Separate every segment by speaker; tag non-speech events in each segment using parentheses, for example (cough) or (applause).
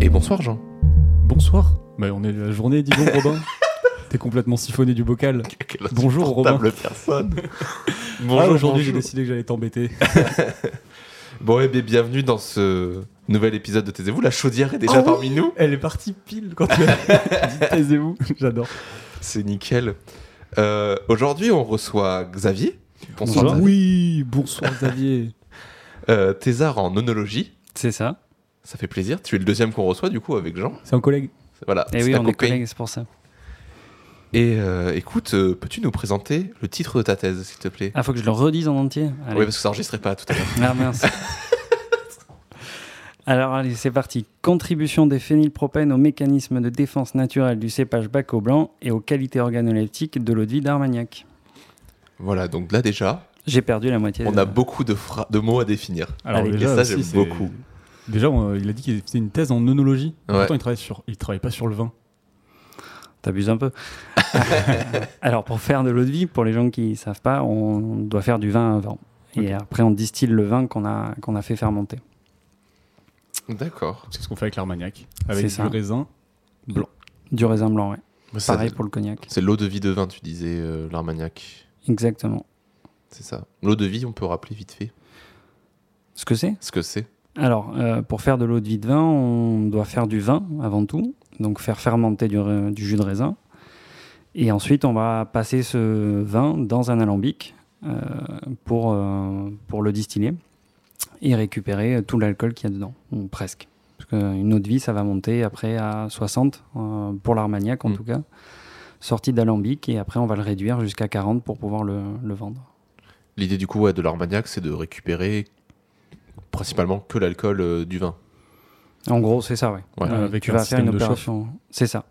Speaker 1: Et bonsoir Jean.
Speaker 2: Bonsoir. Bah, on est la journée, dis donc
Speaker 1: (laughs)
Speaker 2: Robin. T'es complètement siphonné du bocal.
Speaker 1: Quelle
Speaker 2: Bonjour Robin.
Speaker 1: insupportable personne.
Speaker 2: Ah,
Speaker 1: bonjour
Speaker 2: aujourd'hui j'ai
Speaker 1: bonjour.
Speaker 2: décidé que j'allais t'embêter.
Speaker 1: Bon eh bien bienvenue dans ce nouvel épisode de Taisez-vous. La chaudière est déjà
Speaker 2: Oh oui.
Speaker 1: parmi nous.
Speaker 2: Elle est partie pile quand tu as dit (laughs) taisez-vous. J'adore.
Speaker 1: C'est nickel. Euh, aujourd'hui on reçoit Xavier.
Speaker 2: Bonsoir. Oui, bonsoir Xavier.
Speaker 1: Euh, thésard en onologie.
Speaker 3: C'est ça.
Speaker 1: Ça fait plaisir. Tu es le deuxième qu'on reçoit du coup avec Jean.
Speaker 2: C'est un collègue.
Speaker 1: Voilà. c'est
Speaker 3: Et Eh oui,
Speaker 1: ta
Speaker 3: on est
Speaker 1: compagne.
Speaker 3: collègues, c'est pour ça.
Speaker 1: Et euh, écoute, euh, peux-tu nous présenter le titre de ta thèse s'il te plaît
Speaker 3: Ah, faut que je le redise en entier. Allez.
Speaker 1: Oui parce que ça enregistrait pas tout à l'heure. (laughs)
Speaker 3: Ah, mince. Alors, allez, c'est parti. Contribution des phénylpropènes au mécanisme de défense naturelle du cépage Baco blanc et aux qualités organoleptiques de l'eau de vie d'Armagnac.
Speaker 1: Voilà donc là déjà
Speaker 3: J'ai perdu la moitié.
Speaker 1: on
Speaker 3: de-
Speaker 1: a beaucoup de, phra- de mots à définir.
Speaker 3: Allez,
Speaker 1: et ça,
Speaker 2: aussi,
Speaker 1: j'aime
Speaker 2: c'est-
Speaker 1: beaucoup.
Speaker 2: Déjà, on- euh, il a dit qu'il faisait une thèse en onologie.
Speaker 1: Ouais.
Speaker 2: Pourtant, il travaille sur, il travaille pas sur le vin.
Speaker 1: (laughs)
Speaker 3: T'abuses un peu. (laughs) Alors, pour faire de l'eau de vie, pour les gens qui ne savent pas, on doit faire du vin avant. Et après, on distille le vin qu'on a, qu'on a fait fermenter.
Speaker 1: D'accord.
Speaker 2: C'est ce qu'on fait avec l'Armagnac, avec
Speaker 3: C'est
Speaker 2: du
Speaker 3: ça.
Speaker 2: raisin.
Speaker 3: Du raisin blanc, ouais.
Speaker 1: Bah, Ça,
Speaker 3: Pareil pour le cognac.
Speaker 1: C'est l'eau de vie de vin, tu disais, euh, l'Armagnac.
Speaker 3: Exactement.
Speaker 1: C'est ça. L'eau de vie, on peut rappeler vite fait
Speaker 3: Ce que c'est
Speaker 1: ce que c'est.
Speaker 3: Alors, euh, pour faire de l'eau de vie de vin, on doit faire du vin avant tout, donc faire fermenter du, ra- du jus de raisin. Et ensuite, on va passer ce vin dans un alambic euh, pour, euh, pour le distiller et récupérer tout l'alcool qu'il y a dedans, ou presque. Parce qu'une eau de vie, ça va monter après à 60, euh, pour l'Armagnac en
Speaker 1: Mm.
Speaker 3: tout cas, sortie d'alambic, et après on va le réduire jusqu'à 40 pour pouvoir le, le vendre.
Speaker 1: L'idée du coup ouais, de l'Armagnac, c'est de récupérer principalement que l'alcool euh, du vin.
Speaker 3: En gros, c'est ça, oui.
Speaker 1: Ouais.
Speaker 2: Avec
Speaker 3: tu
Speaker 2: un
Speaker 3: vas faire
Speaker 2: système
Speaker 3: une
Speaker 2: de chauffe.
Speaker 3: opération. C'est ça.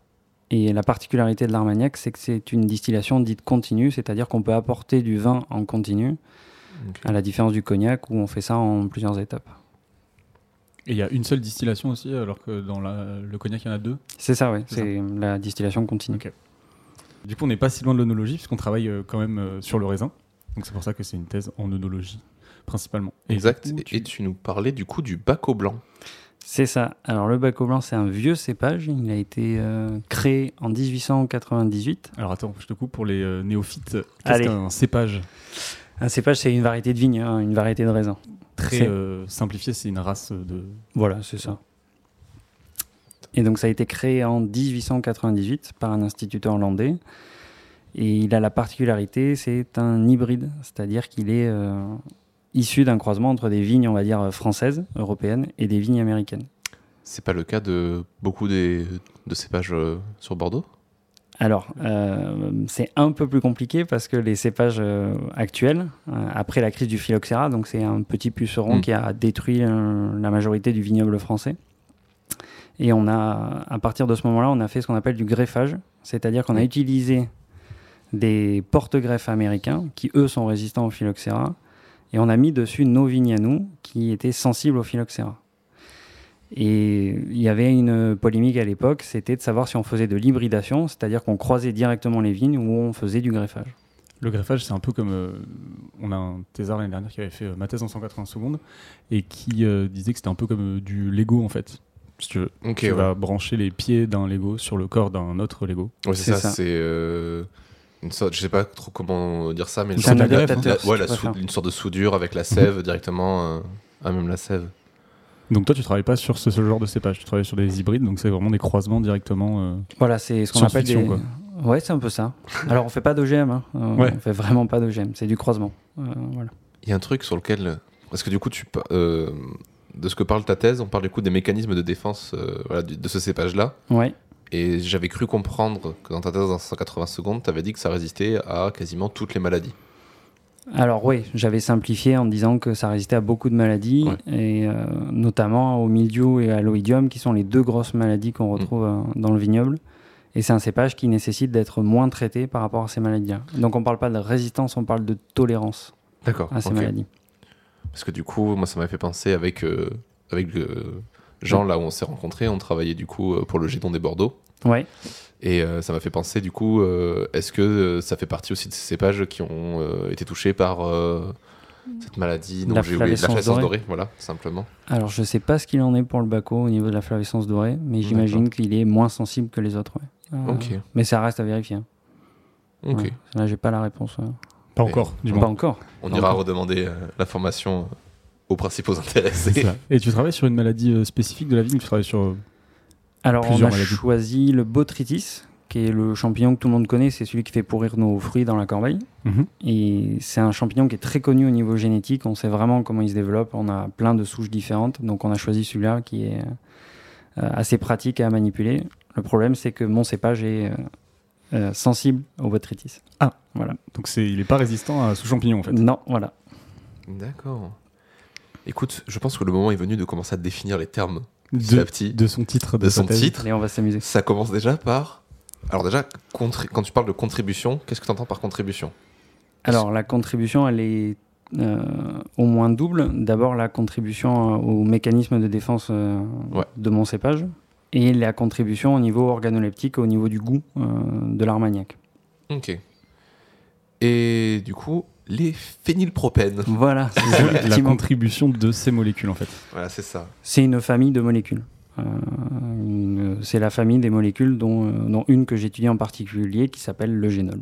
Speaker 3: Et la particularité de l'Armagnac, c'est que c'est une distillation dite continue, c'est-à-dire qu'on peut apporter du vin en continu,
Speaker 1: Ok.
Speaker 3: à la différence du cognac où on fait ça en plusieurs étapes.
Speaker 2: Et il y a une seule distillation aussi, alors que dans la- le cognac, il y en a deux.
Speaker 3: C'est ça, oui.
Speaker 2: C'est ça.
Speaker 3: C'est la distillation continue.
Speaker 2: Ok. Du coup, on n'est pas si loin de l'onologie, puisqu'on travaille euh, quand même euh, sur le raisin. Donc c'est pour ça que c'est une thèse en onologie, principalement. Et
Speaker 1: Exact.
Speaker 2: du coup, tu-
Speaker 1: Et tu nous parlais du coup du bac au blanc.
Speaker 3: C'est ça. Alors le Baco blanc, c'est un vieux cépage. Il a été euh, créé en 1898.
Speaker 2: Alors attends, je te coupe pour les euh, néophytes. Qu'est-ce
Speaker 3: Allez.
Speaker 2: qu'un cépage
Speaker 3: Un cépage, c'est une variété de vigne, hein, une variété de raisin.
Speaker 2: Très
Speaker 3: C'est-
Speaker 2: euh, simplifié, c'est une race de.
Speaker 3: Voilà, c'est ça. Et donc ça a été créé en 1898 par un instituteur hollandais. Et il a la particularité, c'est un hybride, c'est-à-dire qu'il est euh, issu d'un croisement entre des vignes, on va dire, françaises, européennes, et des vignes américaines.
Speaker 1: C'est pas le cas de beaucoup des, de cépages euh, sur Bordeaux
Speaker 3: Alors, euh, c'est un peu plus compliqué parce que les cépages euh, actuels, euh, après la crise du phylloxéra, donc c'est un petit puceron
Speaker 1: Mm.
Speaker 3: qui a détruit euh, la majorité du vignoble français. Et on a, à partir de ce moment-là, on a fait ce qu'on appelle du greffage, c'est-à-dire qu'on a utilisé des porte-greffes américains qui, eux, sont résistants au phylloxéra, et on a mis dessus nos vignes à nous qui étaient sensibles au phylloxéra. Et il y avait une polémique à l'époque, c'était de savoir si on faisait de l'hybridation, c'est-à-dire qu'on croisait directement les vignes ou on faisait du greffage.
Speaker 2: Le greffage, c'est un peu comme. euh, on a un thésard l'année dernière qui avait fait euh, ma thèse en 180 secondes et qui euh, disait que c'était un peu comme euh, du Lego en fait. Si tu veux,
Speaker 1: Ok,
Speaker 2: tu vas brancher les pieds d'un Lego sur le corps d'un autre Lego.
Speaker 1: Ouais, c'est
Speaker 3: C'est
Speaker 1: ça,
Speaker 3: ça.
Speaker 1: c'est euh, une sorte, je sais pas trop comment dire ça, mais
Speaker 2: C'est
Speaker 1: sorte
Speaker 2: un
Speaker 1: de-
Speaker 2: adaptateur,
Speaker 1: la- hein.
Speaker 3: si
Speaker 1: ouais,
Speaker 3: tu
Speaker 1: la sou-
Speaker 3: préfères.
Speaker 1: une sorte de soudure avec la sève directement, euh, ah même la sève.
Speaker 2: Donc toi, tu travailles pas sur ce, ce genre de cépage, tu travailles sur des hybrides, donc c'est vraiment des croisements directement. euh,
Speaker 3: Voilà, c'est ce qu'on appelle des...
Speaker 2: Science-fiction,
Speaker 3: Ouais, c'est un peu ça. Alors on fait pas d'OGM, hein. Euh,
Speaker 2: Ouais.
Speaker 3: on fait vraiment pas d'OGM, c'est du croisement. Euh, voilà.
Speaker 1: Il y a un truc sur lequel, parce que du coup, tu, par- euh, de ce que parle ta thèse, on parle du coup des mécanismes de défense euh, voilà, du- de ce cépage-là,
Speaker 3: Ouais.
Speaker 1: et j'avais cru comprendre que dans ta thèse en 180 secondes, tu avais dit que ça résistait à quasiment toutes les maladies.
Speaker 3: Alors oui, j'avais simplifié en disant que ça résistait à beaucoup de maladies, et euh, notamment au mildiou et à l'oïdium, qui sont les deux grosses maladies qu'on
Speaker 1: Mm.
Speaker 3: retrouve euh, dans le vignoble. Et c'est un cépage qui nécessite d'être moins traité par rapport à ces maladies-là. Donc on parle pas de résistance, on parle de tolérance
Speaker 1: D'accord.
Speaker 3: à ces maladies.
Speaker 1: Parce que du coup, moi, ça m'a fait penser avec, euh, avec euh, Jean, là où on s'est rencontrés, on travaillait du coup euh, pour le Gédon des Bordeaux.
Speaker 3: Ouais.
Speaker 1: Et euh, ça m'a fait penser, du coup, euh, est-ce que euh, ça fait partie aussi de ces cépages qui ont euh, été touchés par euh, cette maladie
Speaker 3: Mm. La
Speaker 1: dont j'ai oublié. La
Speaker 3: flavescence
Speaker 1: flavescence
Speaker 3: dorée.
Speaker 1: dorée, voilà, simplement.
Speaker 3: Alors, je sais pas ce qu'il en est pour le Baco au niveau de la flavescence dorée, mais j'imagine qu'il est moins sensible que les autres. ouais. Euh,
Speaker 1: Ok.
Speaker 3: Mais ça reste à vérifier. hein.
Speaker 1: Ok.
Speaker 3: Ouais. Là, j'ai pas la réponse. ouais.
Speaker 2: Pas
Speaker 1: Et-
Speaker 2: encore, du
Speaker 3: Pas
Speaker 2: moins.
Speaker 3: encore.
Speaker 1: On
Speaker 2: Non,
Speaker 1: ira
Speaker 2: encore.
Speaker 1: redemander euh, l'information aux principaux
Speaker 2: C'est
Speaker 1: intéressés.
Speaker 2: ça. Et tu travailles sur une maladie euh, spécifique de la vigne, tu travailles sur euh,
Speaker 3: Alors,
Speaker 2: Plusieurs
Speaker 3: on a
Speaker 2: maladies.
Speaker 3: choisi le botrytis, qui est le champignon que tout le monde connaît. C'est celui qui fait pourrir nos fruits dans la corbeille.
Speaker 2: Mhm.
Speaker 3: Et c'est un champignon qui est très connu au niveau génétique. On sait vraiment comment il se développe. On a plein de souches différentes. Donc on a choisi celui-là qui est euh, assez pratique à manipuler. Le problème, c'est que mon cépage est euh, euh, sensible au botrytis.
Speaker 2: Ah. Donc c'est, il est pas résistant à ce champignon en fait.
Speaker 3: Non, voilà.
Speaker 1: D'accord. Écoute, je pense que le moment est venu de commencer à définir les termes petit
Speaker 2: De,
Speaker 1: à petit de,
Speaker 2: de son titre, de, sa
Speaker 1: son
Speaker 2: thèse.
Speaker 1: titre.
Speaker 3: Allez, on va s'amuser.
Speaker 1: Ça commence déjà par. Alors, déjà, contri- quand tu parles de contribution, qu'est-ce que tu entends par contribution
Speaker 3: Alors la contribution, elle est euh, au moins double. D'abord la contribution euh, au mécanisme de défense euh,
Speaker 1: Ouais.
Speaker 3: de mon cépage et la contribution au niveau organoleptique, au niveau du goût euh, de l'armagnac.
Speaker 1: Ok. Et du coup, les phénylpropènes.
Speaker 3: Voilà, c'est ça,
Speaker 2: La
Speaker 3: effectivement.
Speaker 2: contribution de ces molécules en fait.
Speaker 1: Voilà, c'est ça.
Speaker 3: C'est une famille de molécules. Euh, une- c'est la famille des molécules dont, euh, dont une que j'étudie en particulier qui s'appelle le génol.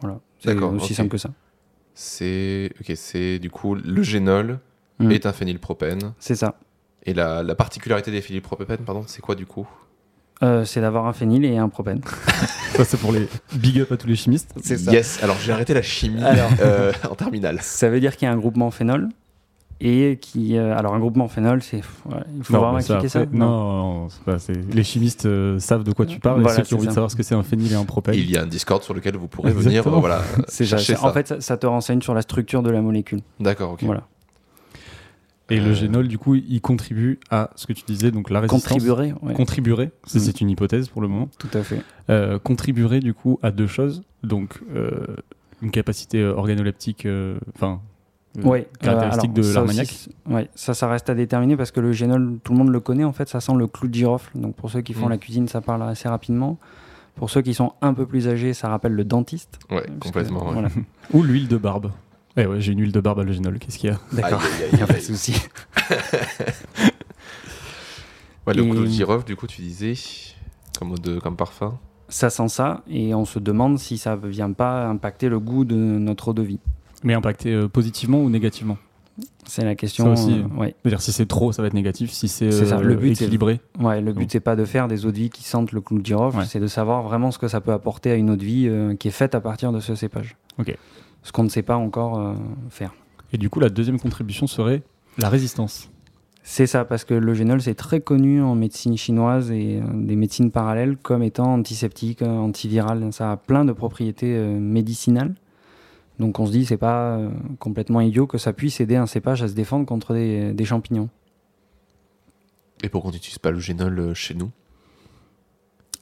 Speaker 3: Voilà, c'est
Speaker 1: D'accord,
Speaker 3: aussi
Speaker 1: ok.
Speaker 3: simple que ça.
Speaker 1: C'est. Ok, c'est du coup, le génol
Speaker 3: Mm.
Speaker 1: est un phénylpropène.
Speaker 3: C'est ça.
Speaker 1: Et la, la particularité des phénylpropènes, pardon, c'est quoi du coup
Speaker 3: Euh, c'est d'avoir un phényl et un propène.
Speaker 2: Ça c'est pour les big up à tous les chimistes.
Speaker 1: Yes, alors j'ai arrêté la chimie
Speaker 3: Alors.
Speaker 1: euh, en terminale.
Speaker 3: Ça veut dire qu'il y a un groupement phénol et qui euh, alors un groupement phénol c'est ouais, il faut
Speaker 2: Non,
Speaker 3: vraiment
Speaker 2: mais
Speaker 3: expliquer ça.
Speaker 2: après- Non, non, c'est pas- c'est- les chimistes euh, savent de quoi tu parles.
Speaker 3: Voilà,
Speaker 2: et ceux qui
Speaker 3: c'est
Speaker 2: ont envie
Speaker 3: ça.
Speaker 2: de savoir ce que c'est un phényl et un propène.
Speaker 1: Il y a un Discord sur lequel vous pourrez venir
Speaker 2: Exactement.
Speaker 1: euh, voilà,
Speaker 3: (laughs) C'est ça,
Speaker 1: chercher
Speaker 3: c'est-
Speaker 1: ça.
Speaker 3: En fait, ça, ça te renseigne sur la structure de la molécule.
Speaker 1: D'accord, ok.
Speaker 3: Voilà.
Speaker 2: Et le
Speaker 1: Euh,
Speaker 2: génol, du coup, il contribue à ce que tu disais, donc la résistance.
Speaker 3: Contribuerait, ouais,
Speaker 2: Contribuerait, ça,
Speaker 3: Mm.
Speaker 2: c'est une hypothèse pour le moment,
Speaker 3: tout à fait.
Speaker 2: Euh, contribuerait du coup à deux choses. Donc, euh, une capacité euh, organoleptique, euh, enfin,
Speaker 1: Mm.
Speaker 2: euh,
Speaker 3: Ouais,
Speaker 2: caractéristique
Speaker 3: euh, alors,
Speaker 2: de
Speaker 3: ça
Speaker 2: l'armagnac.
Speaker 3: aussi, c'est- Ouais, ça, ça reste à déterminer parce que le génol, tout le monde le connaît en fait, ça sent le clou de girofle. Donc pour ceux qui font
Speaker 1: Mm.
Speaker 3: la cuisine, ça parle assez rapidement. Pour ceux qui sont un peu plus âgés, ça rappelle le dentiste.
Speaker 1: Ouais,
Speaker 3: Parce que-
Speaker 1: complètement. ouais. (laughs)
Speaker 3: voilà.
Speaker 2: Ou l'huile de barbe. Eh ouais, j'ai une huile de barbe à le génol, qu'est-ce qu'il y a
Speaker 3: D'accord.
Speaker 1: Aïe, aïe, aïe,
Speaker 3: (laughs) Il n'y a pas de
Speaker 1: aïe.
Speaker 3: souci.
Speaker 1: Ouais, le
Speaker 3: Et-
Speaker 1: clou de girofle, du coup, tu disais, comme, eau de, comme parfum.
Speaker 3: Ça sent ça et on se demande si ça ne vient pas impacter le goût de notre eau de vie.
Speaker 2: Mais impacté euh, positivement ou négativement
Speaker 3: C'est la
Speaker 2: Ça
Speaker 3: question.
Speaker 2: aussi.
Speaker 3: euh, ouais.
Speaker 2: C'est-à-dire si c'est trop, ça va être négatif. Si c'est
Speaker 3: C'est ça,
Speaker 2: euh,
Speaker 3: le but, c'est-
Speaker 2: équilibré,
Speaker 3: Ouais, le but
Speaker 2: Donc-
Speaker 3: c'est pas de faire des eaux de vie qui sentent le clou de girofle,
Speaker 2: Ouais.
Speaker 3: c'est de savoir vraiment ce que ça peut apporter à une eau de vie euh, qui est faite à partir de ce cépage.
Speaker 2: Ok.
Speaker 3: Ce qu'on ne sait pas encore euh, faire.
Speaker 2: Et du coup, la deuxième contribution serait la résistance.
Speaker 3: C'est ça, parce que le génol c'est très connu en médecine chinoise et euh, des médecines parallèles comme étant antiseptique, euh, antiviral. Ça a plein de propriétés euh, médicinales. Donc on se dit c'est pas euh, complètement idiot que ça puisse aider un cépage à se défendre contre des, des champignons.
Speaker 1: Et pourquoi on n'utilise pas le génol euh, chez nous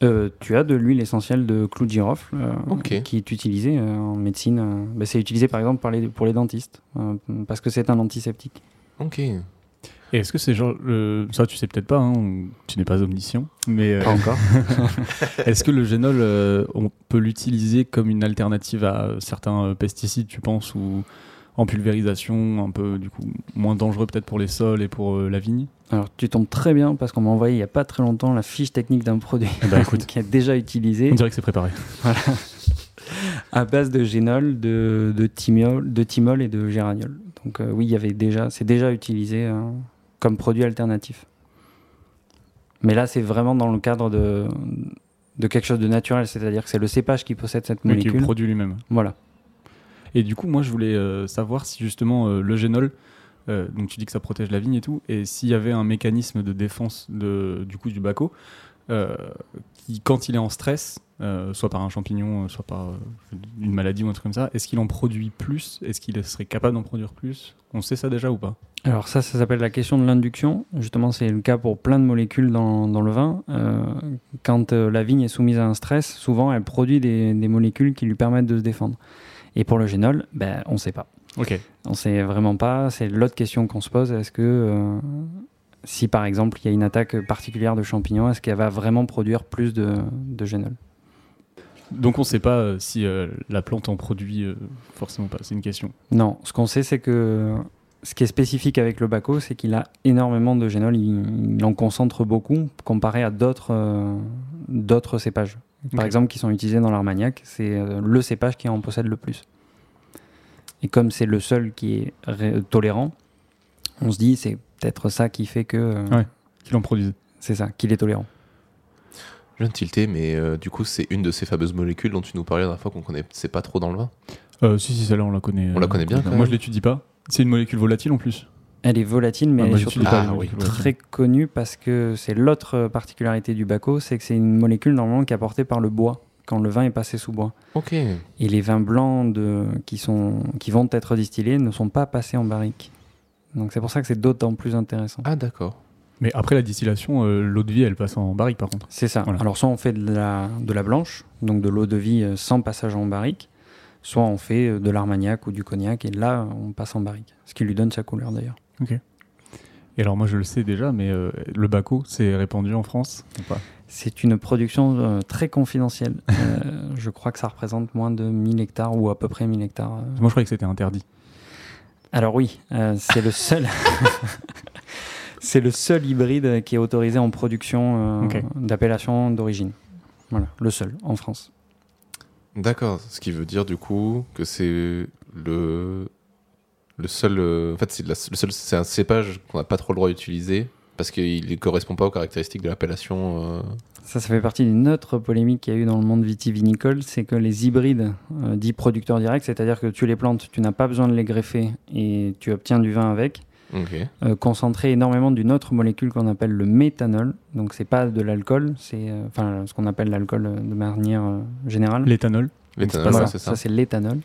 Speaker 3: Euh, tu as de l'huile essentielle de clou de girofle euh,
Speaker 1: Ok.
Speaker 3: qui est utilisée euh, en médecine. euh, bah, c'est utilisé par exemple par les- pour les dentistes euh, parce que c'est un antiseptique.
Speaker 1: Ok.
Speaker 2: Et est-ce que c'est genre. le- Ça, tu sais peut-être pas, hein, on- tu n'es pas omniscient. Mais euh,
Speaker 3: Pas encore.
Speaker 2: est-ce que le génol, euh, on peut l'utiliser comme une alternative à euh, certains euh, pesticides, tu penses, ou en pulvérisation, un peu du coup moins dangereux peut-être pour les sols et pour euh, la vigne
Speaker 3: Alors tu tombes très bien parce qu'on m'a envoyé il n'y a pas très longtemps la fiche technique d'un produit
Speaker 2: Eh ben, écoute.
Speaker 3: (laughs) qui est déjà utilisé
Speaker 2: On dirait que c'est préparé.
Speaker 3: à base de génol, de, de, thymol, de thymol et de géraniol. Donc euh, oui, il y avait déjà, c'est déjà utilisé euh, comme produit alternatif. Mais là, c'est vraiment dans le cadre de, de quelque chose de naturel, c'est-à-dire que c'est le cépage qui possède cette
Speaker 2: Mais qui
Speaker 3: molécule.
Speaker 2: le produit lui-même.
Speaker 3: Voilà.
Speaker 2: Et du coup, moi, je voulais euh, savoir si justement euh, le génol, euh, donc tu dis que ça protège la vigne et tout, et s'il y avait un mécanisme de défense de, du coup du baco, euh, qui, quand il est en stress, euh, soit par un champignon, euh, soit par euh, une maladie ou un truc comme ça, est-ce qu'il en produit plus Est-ce qu'il serait capable d'en produire plus On sait ça déjà ou pas
Speaker 3: Alors ça, ça s'appelle la question de l'induction. Justement, c'est le cas pour plein de molécules dans, dans le vin. Euh, quand euh, la vigne est soumise à un stress, souvent elle produit des, des molécules qui lui permettent de se défendre. Et pour le génol, ben, on ne sait pas.
Speaker 2: Ok.
Speaker 3: On ne sait vraiment pas. C'est l'autre question qu'on se pose. Est-ce que euh, si par exemple il y a une attaque particulière de champignons, est-ce qu'elle va vraiment produire plus de, de génol
Speaker 2: Donc on ne sait pas euh, si euh, la plante en produit euh, forcément pas. C'est une question.
Speaker 3: Non, ce qu'on sait, c'est que ce qui est spécifique avec le Baco, c'est qu'il a énormément de génols. Il, il en concentre beaucoup comparé à d'autres euh, d'autres cépages. Par
Speaker 2: Ok.
Speaker 3: exemple, qui sont utilisés dans l'Armagnac, c'est euh, le cépage qui en possède le plus. Et comme c'est le seul qui est ré- tolérant, on se dit c'est peut-être ça qui fait que euh,
Speaker 2: Ouais. Qu'il en produisait.
Speaker 3: c'est ça, qu'il est tolérant.
Speaker 1: Je viens de tilter, mais euh, du coup, c'est une de ces fameuses molécules dont tu nous parlais la dernière fois qu'on connaissait pas trop dans le vin.
Speaker 2: Euh, si, si, celle-là, on la connaît. euh,
Speaker 1: On la connaît bien, quand
Speaker 2: Moi,
Speaker 1: même.
Speaker 2: je l'étudie pas. C'est une molécule volatile en plus.
Speaker 3: Elle est volatile, mais
Speaker 2: Ah,
Speaker 3: elle
Speaker 2: moi,
Speaker 3: est
Speaker 2: j'utilise
Speaker 3: surtout
Speaker 1: pas
Speaker 3: ah,
Speaker 1: les
Speaker 3: oui,
Speaker 2: molécules
Speaker 3: très connue parce que c'est l'autre particularité du Baco, c'est que c'est une molécule normalement qui est apportée par le bois quand le vin est passé sous bois.
Speaker 1: Ok.
Speaker 3: Et les vins blancs de- qui, sont, qui vont être distillés ne sont pas passés en barrique. Donc c'est pour ça que c'est d'autant plus intéressant.
Speaker 1: Ah, d'accord.
Speaker 2: Mais après la distillation, euh, l'eau de vie, elle passe en barrique par contre.
Speaker 3: C'est ça.
Speaker 2: Voilà.
Speaker 3: Alors soit on fait de la, de la blanche, donc de l'eau de vie euh, sans passage en barrique, soit on fait euh, de l'armagnac ou du cognac et là on passe en barrique, ce qui lui donne sa couleur d'ailleurs.
Speaker 2: Et alors, moi, je le sais déjà, mais euh, le baco, c'est répandu en France ou pas
Speaker 3: C'est une production euh, très confidentielle. Euh, je crois que ça représente moins de 1000 hectares ou à peu près 1000 hectares. euh,
Speaker 2: Moi, je croyais que c'était interdit.
Speaker 3: Alors oui, euh, c'est le seul. c'est le seul hybride qui est autorisé en production euh,
Speaker 2: Ok.
Speaker 3: d'appellation d'origine. Voilà, le seul en France.
Speaker 1: D'accord. Ce qui veut dire, du coup, que c'est le. Le seul. euh, En fait, c'est la- le seul- c'est un cépage qu'on n'a pas trop le droit d'utiliser parce qu'il ne correspond pas aux caractéristiques de l'appellation. euh,
Speaker 3: Ça, ça fait partie d'une autre polémique qu'il y a eu dans le monde vitivinicole, c'est que les hybrides euh, dits producteurs directs, c'est-à-dire que tu les plantes, tu n'as pas besoin de les greffer et tu obtiens du vin avec,
Speaker 1: Ok.
Speaker 3: euh, concentré énormément d'une autre molécule qu'on appelle le méthanol. Donc c'est pas de l'alcool, c'est euh, enfin ce qu'on appelle l'alcool euh, de manière euh, générale.
Speaker 2: L'éthanol.
Speaker 1: L'éthanol,
Speaker 2: pas
Speaker 1: ouais,
Speaker 3: Voilà,
Speaker 1: c'est ça.
Speaker 3: c'est l'éthanol.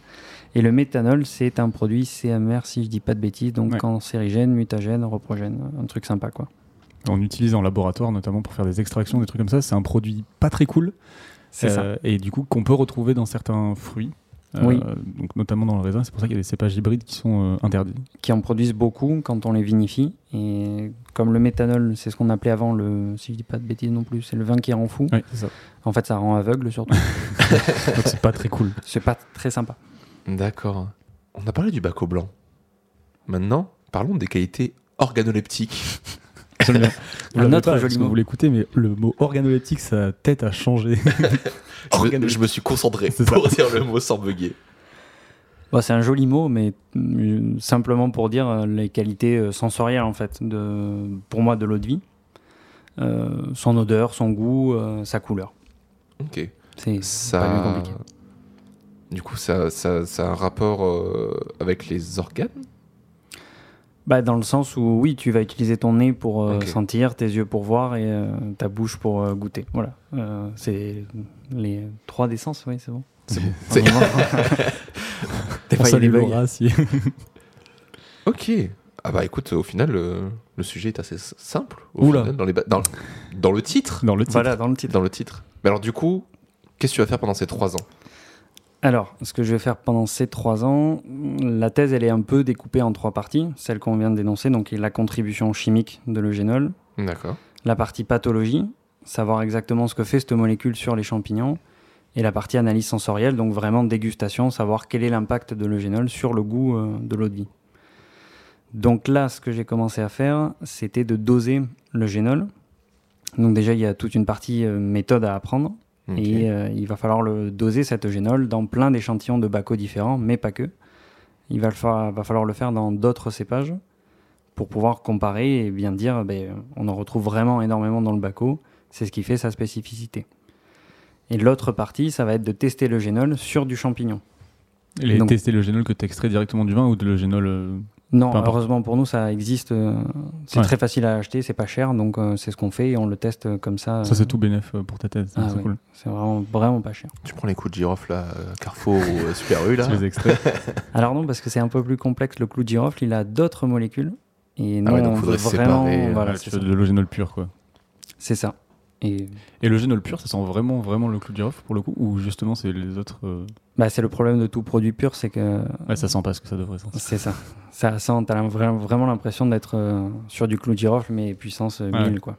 Speaker 3: Et le méthanol, c'est un produit CMR, si je dis pas de bêtises, donc
Speaker 2: Ouais.
Speaker 3: cancérigène, mutagène, reprogène, un truc sympa quoi.
Speaker 2: On l'utilise en laboratoire, notamment pour faire des extractions, des trucs comme ça. C'est un produit pas très cool.
Speaker 3: C'est ça.
Speaker 2: Euh, Et du coup, qu'on peut retrouver dans certains fruits. euh,
Speaker 3: Oui.
Speaker 2: Donc, notamment dans le raisin. C'est pour ça qu'il y a des cépages hybrides qui sont euh, interdits.
Speaker 3: Qui en produisent beaucoup quand on les vinifie. Et comme le méthanol, c'est ce qu'on appelait avant le, si je dis pas de bêtises non plus, c'est le vin qui rend fou.
Speaker 2: Oui, c'est ça.
Speaker 3: En fait, ça rend aveugle surtout.
Speaker 2: Donc, c'est pas très cool.
Speaker 3: c'est pas très sympa.
Speaker 1: D'accord. On a parlé du bac au blanc. Maintenant, parlons des qualités organoleptiques.
Speaker 2: J'aime bien. Vous
Speaker 3: Un
Speaker 2: l'avez
Speaker 3: autre
Speaker 2: pas,
Speaker 3: joli
Speaker 2: parce que
Speaker 3: mot.
Speaker 2: Vous l'écoutez, mais le mot organoleptique, sa tête a
Speaker 3: (laughs)
Speaker 2: changé.
Speaker 1: Je me-
Speaker 2: Organoleptique.
Speaker 1: je me suis concentré
Speaker 2: C'est
Speaker 1: pour dire le mot sans bugger.
Speaker 3: Bon, c'est un joli mot, mais euh, simplement pour dire euh, les qualités euh, sensorielles, en fait, de, pour moi, de l'eau de vie. Euh, son odeur, son goût, euh, sa couleur.
Speaker 1: Ok.
Speaker 3: C'est pas
Speaker 1: Ça.
Speaker 3: bien compliqué.
Speaker 1: Du coup, ça, ça, ça a un rapport euh, avec les organes
Speaker 3: Bah, dans le sens où, oui, tu vas utiliser ton nez pour euh,
Speaker 1: Ok.
Speaker 3: sentir, tes yeux pour voir et euh, ta bouche pour euh, goûter. Voilà. Euh, c'est les trois des sens, oui, c'est bon.
Speaker 1: C'est
Speaker 2: bon.
Speaker 1: (laughs) C'est-
Speaker 3: Pardon. Des
Speaker 2: On
Speaker 3: fois, il y a des
Speaker 2: salue
Speaker 3: bugs.
Speaker 2: Laura, si-
Speaker 1: Ok. Ah bah écoute, au final, euh, le sujet est assez s- simple. au
Speaker 2: Oula.
Speaker 1: final, dans, les ba- dans, dans le titre.
Speaker 2: dans le titre.
Speaker 3: Voilà, dans le titre.
Speaker 1: Dans le titre. Mais alors, du coup, qu'est-ce que tu vas faire pendant ces trois ans
Speaker 3: Alors, ce que je vais faire pendant ces trois ans, la thèse, elle est un peu découpée en trois parties. Celle qu'on vient de dénoncer, donc la contribution chimique de l'eugénol.
Speaker 1: D'accord.
Speaker 3: La partie pathologie, savoir exactement ce que fait cette molécule sur les champignons. Et la partie analyse sensorielle, donc vraiment dégustation, savoir quel est l'impact de l'eugénol sur le goût euh, de l'eau de vie. Donc là, ce que j'ai commencé à faire, c'était de doser le génol. Donc déjà, il y a toute une partie euh, méthode à apprendre.
Speaker 1: Ok.
Speaker 3: Et euh, il va falloir le doser cet eugénol dans plein d'échantillons de bacos différents, mais pas que. Il va, le fa- va falloir le faire dans d'autres cépages pour pouvoir comparer et bien dire ben, on en retrouve vraiment énormément dans le baco, c'est ce qui fait sa spécificité. Et l'autre partie, ça va être de tester le génol sur du champignon.
Speaker 2: Les
Speaker 3: Donc-
Speaker 2: tester le génol que tu extrais directement du vin ou de le génol. euh,
Speaker 3: Non,
Speaker 2: Peu importe.
Speaker 3: heureusement pour nous, ça existe. euh, c'est
Speaker 2: Ouais.
Speaker 3: très facile à acheter, c'est pas cher, donc euh, c'est ce qu'on fait et on le teste euh, comme ça.
Speaker 2: Ça,
Speaker 3: euh,
Speaker 2: c'est tout bénef euh, pour ta thèse.
Speaker 3: Ah
Speaker 2: c'est
Speaker 3: oui.
Speaker 2: cool.
Speaker 3: c'est vraiment, vraiment pas cher.
Speaker 1: Tu prends les coups de girofle là, euh, Carrefour ou euh, Super
Speaker 3: Ah.
Speaker 1: U là.
Speaker 2: Tu les extraits.
Speaker 3: Alors non, parce que c'est un peu plus complexe. Le clou de girofle, il a d'autres molécules. Et non,
Speaker 1: Ah ouais, donc
Speaker 3: on
Speaker 1: faudrait
Speaker 3: veut vraiment,
Speaker 1: séparer, euh,
Speaker 3: Voilà,
Speaker 2: Ouais,
Speaker 3: c'est
Speaker 2: tu
Speaker 3: ça.
Speaker 2: fais de l'eugénol pur, quoi.
Speaker 3: C'est ça. Et
Speaker 2: Et le génol pur, ça sent vraiment, vraiment le clou de girofle pour le coup Ou justement, c'est les autres. euh,
Speaker 3: bah, c'est le problème de tout produit pur, c'est que
Speaker 2: Ouais, ça sent pas ce que ça devrait sentir.
Speaker 3: c'est ça. Ça sent, t'as la- vra- vraiment l'impression d'être euh, sur du clou de girofle, mais puissance euh,
Speaker 2: Ouais.
Speaker 3: 1000, quoi.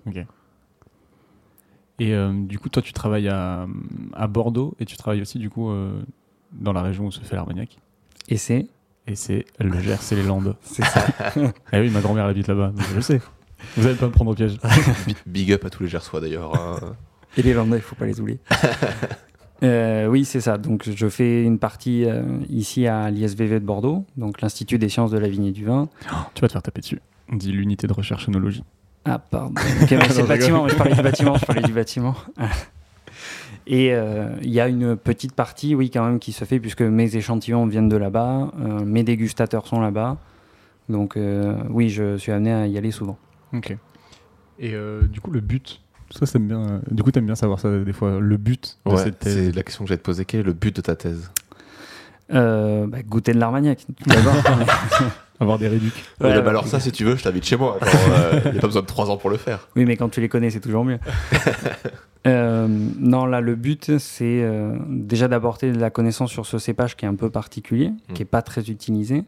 Speaker 2: Et euh, du coup, toi, tu travailles à, à Bordeaux et tu travailles aussi, du coup, euh, dans la région où se fait l'Armagnac.
Speaker 3: Et c'est
Speaker 2: Et c'est le Gers et les
Speaker 3: (laughs)
Speaker 2: Landes.
Speaker 3: c'est ça.
Speaker 2: Eh oui, ma grand-mère habite là-bas, donc je le sais. Vous allez pas me prendre au piège.
Speaker 3: Ah.
Speaker 1: Big up à tous les Gersois d'ailleurs. hein.
Speaker 3: Et les Landais, il faut pas
Speaker 1: (laughs)
Speaker 3: les oublier. Euh, oui, c'est ça. Donc, je fais une partie euh, ici à l'ISVV de Bordeaux, donc l'Institut des sciences de la vigne et du vin.
Speaker 2: Tu vas te faire taper dessus. On dit l'unité de recherche onologie.
Speaker 3: Ah, pardon. Ok, mais c'est
Speaker 2: Non,
Speaker 3: le bâtiment, je parlais du bâtiment, je parlais du bâtiment. (laughs) Et euh, il y a une petite partie, oui, quand même, qui se fait, puisque mes échantillons viennent de là-bas, euh, mes dégustateurs sont là-bas. Donc, euh, oui, je suis amené à y aller souvent.
Speaker 2: Ok. Et euh, du coup, le but. Ça, c'est bien. euh, Du coup, t'aimes bien savoir ça des fois. Le but de
Speaker 1: Ouais,
Speaker 2: cette thèse.
Speaker 1: c'est la question que j'allais te poser. Quel est le but de ta thèse
Speaker 3: Euh, bah, goûter de l'armagnac, tout d'abord.
Speaker 2: Avoir des réducs.
Speaker 3: Ouais,
Speaker 1: Euh, bah
Speaker 3: ouais.
Speaker 1: Alors ça, si tu veux, je t'invite chez moi. Il n'y a pas besoin de 3 ans pour le faire.
Speaker 3: (laughs) Oui, mais quand tu les connais, c'est toujours mieux. Euh, non, là, le but, c'est euh, déjà d'apporter de la connaissance sur ce cépage qui est un peu particulier,
Speaker 1: Mm.
Speaker 3: qui n'est pas très utilisé.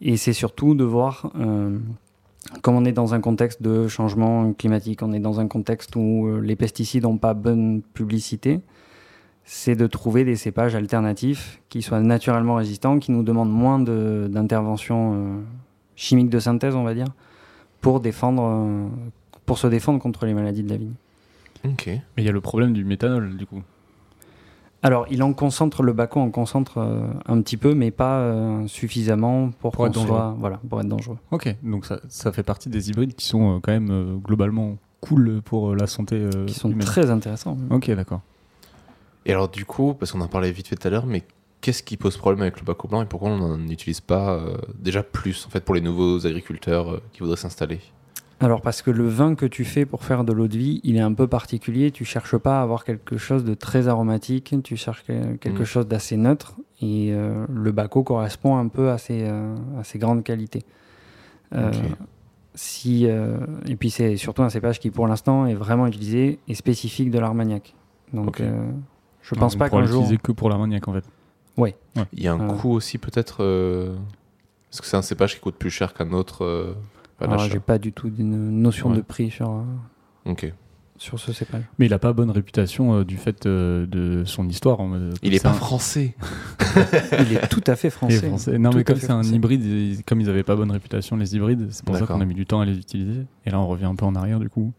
Speaker 3: Et c'est surtout de voir, euh, comme on est dans un contexte de changement climatique, on est dans un contexte où euh, les pesticides n'ont pas bonne publicité, c'est de trouver des cépages alternatifs qui soient naturellement résistants, qui nous demandent moins de- d'interventions euh, chimiques de synthèse, on va dire, pour défendre euh, pour se défendre contre les maladies de la vigne.
Speaker 1: Ok.
Speaker 2: Mais il y a le problème du méthanol, du coup.
Speaker 3: Alors, il en concentre, le baco en concentre euh, un petit peu, mais pas euh, suffisamment pour,
Speaker 2: Pour
Speaker 3: qu'on
Speaker 2: être dangereux. Euh,
Speaker 3: soit, voilà, pour être dangereux.
Speaker 2: Ok. Donc, ça, ça fait partie des hybrides qui sont euh, quand même euh, globalement cool pour euh, la santé euh,
Speaker 3: Qui sont
Speaker 2: humaine.
Speaker 3: très intéressants.
Speaker 2: Ok, d'accord.
Speaker 1: Et alors du coup, parce qu'on en parlait vite fait tout à l'heure, mais qu'est-ce qui pose problème avec le bac blanc et pourquoi on n'en utilise pas euh, déjà plus en fait pour les nouveaux agriculteurs euh, qui voudraient s'installer
Speaker 3: Alors, parce que le vin que tu fais pour faire de l'eau de vie, il est un peu particulier. Tu cherches pas à avoir quelque chose de très aromatique. Tu cherches que- quelque
Speaker 1: Mm.
Speaker 3: chose d'assez neutre. Et euh, le baco correspond un peu à ces, euh, à ces grandes qualités. Euh,
Speaker 1: Ok.
Speaker 3: si, euh, et puis c'est surtout un cépage qui, pour l'instant, est vraiment utilisé et spécifique de l'armagnac. Donc,
Speaker 1: Ok.
Speaker 3: euh, je pense
Speaker 2: Ah, On
Speaker 3: pas
Speaker 2: pourra
Speaker 3: qu'un jour.
Speaker 2: l'utiliser que pour l'armagnac, en fait.
Speaker 1: Il y a un
Speaker 3: Ah.
Speaker 1: coût aussi peut-être euh, Parce que c'est un cépage qui coûte plus cher qu'un autre euh, à
Speaker 3: Alors,
Speaker 1: l'achat
Speaker 3: j'ai pas du tout une notion
Speaker 1: Ouais.
Speaker 3: de prix sur, euh,
Speaker 1: Ok.
Speaker 3: sur ce cépage.
Speaker 2: Mais il a pas bonne réputation euh, du fait euh, de son histoire. en mode-
Speaker 1: Il est
Speaker 2: c'est
Speaker 1: pas
Speaker 2: un-
Speaker 1: français.
Speaker 3: Il est tout à fait
Speaker 2: Il est
Speaker 3: français.
Speaker 2: français. Non,
Speaker 3: Tout
Speaker 2: mais
Speaker 3: à
Speaker 2: comme
Speaker 3: fait
Speaker 2: c'est un
Speaker 3: français.
Speaker 2: hybride, ils- comme ils avaient pas bonne réputation, les hybrides, c'est pour ça
Speaker 1: D'accord.
Speaker 2: qu'on a mis du temps à les utiliser. Et là, on revient un peu en arrière, du coup.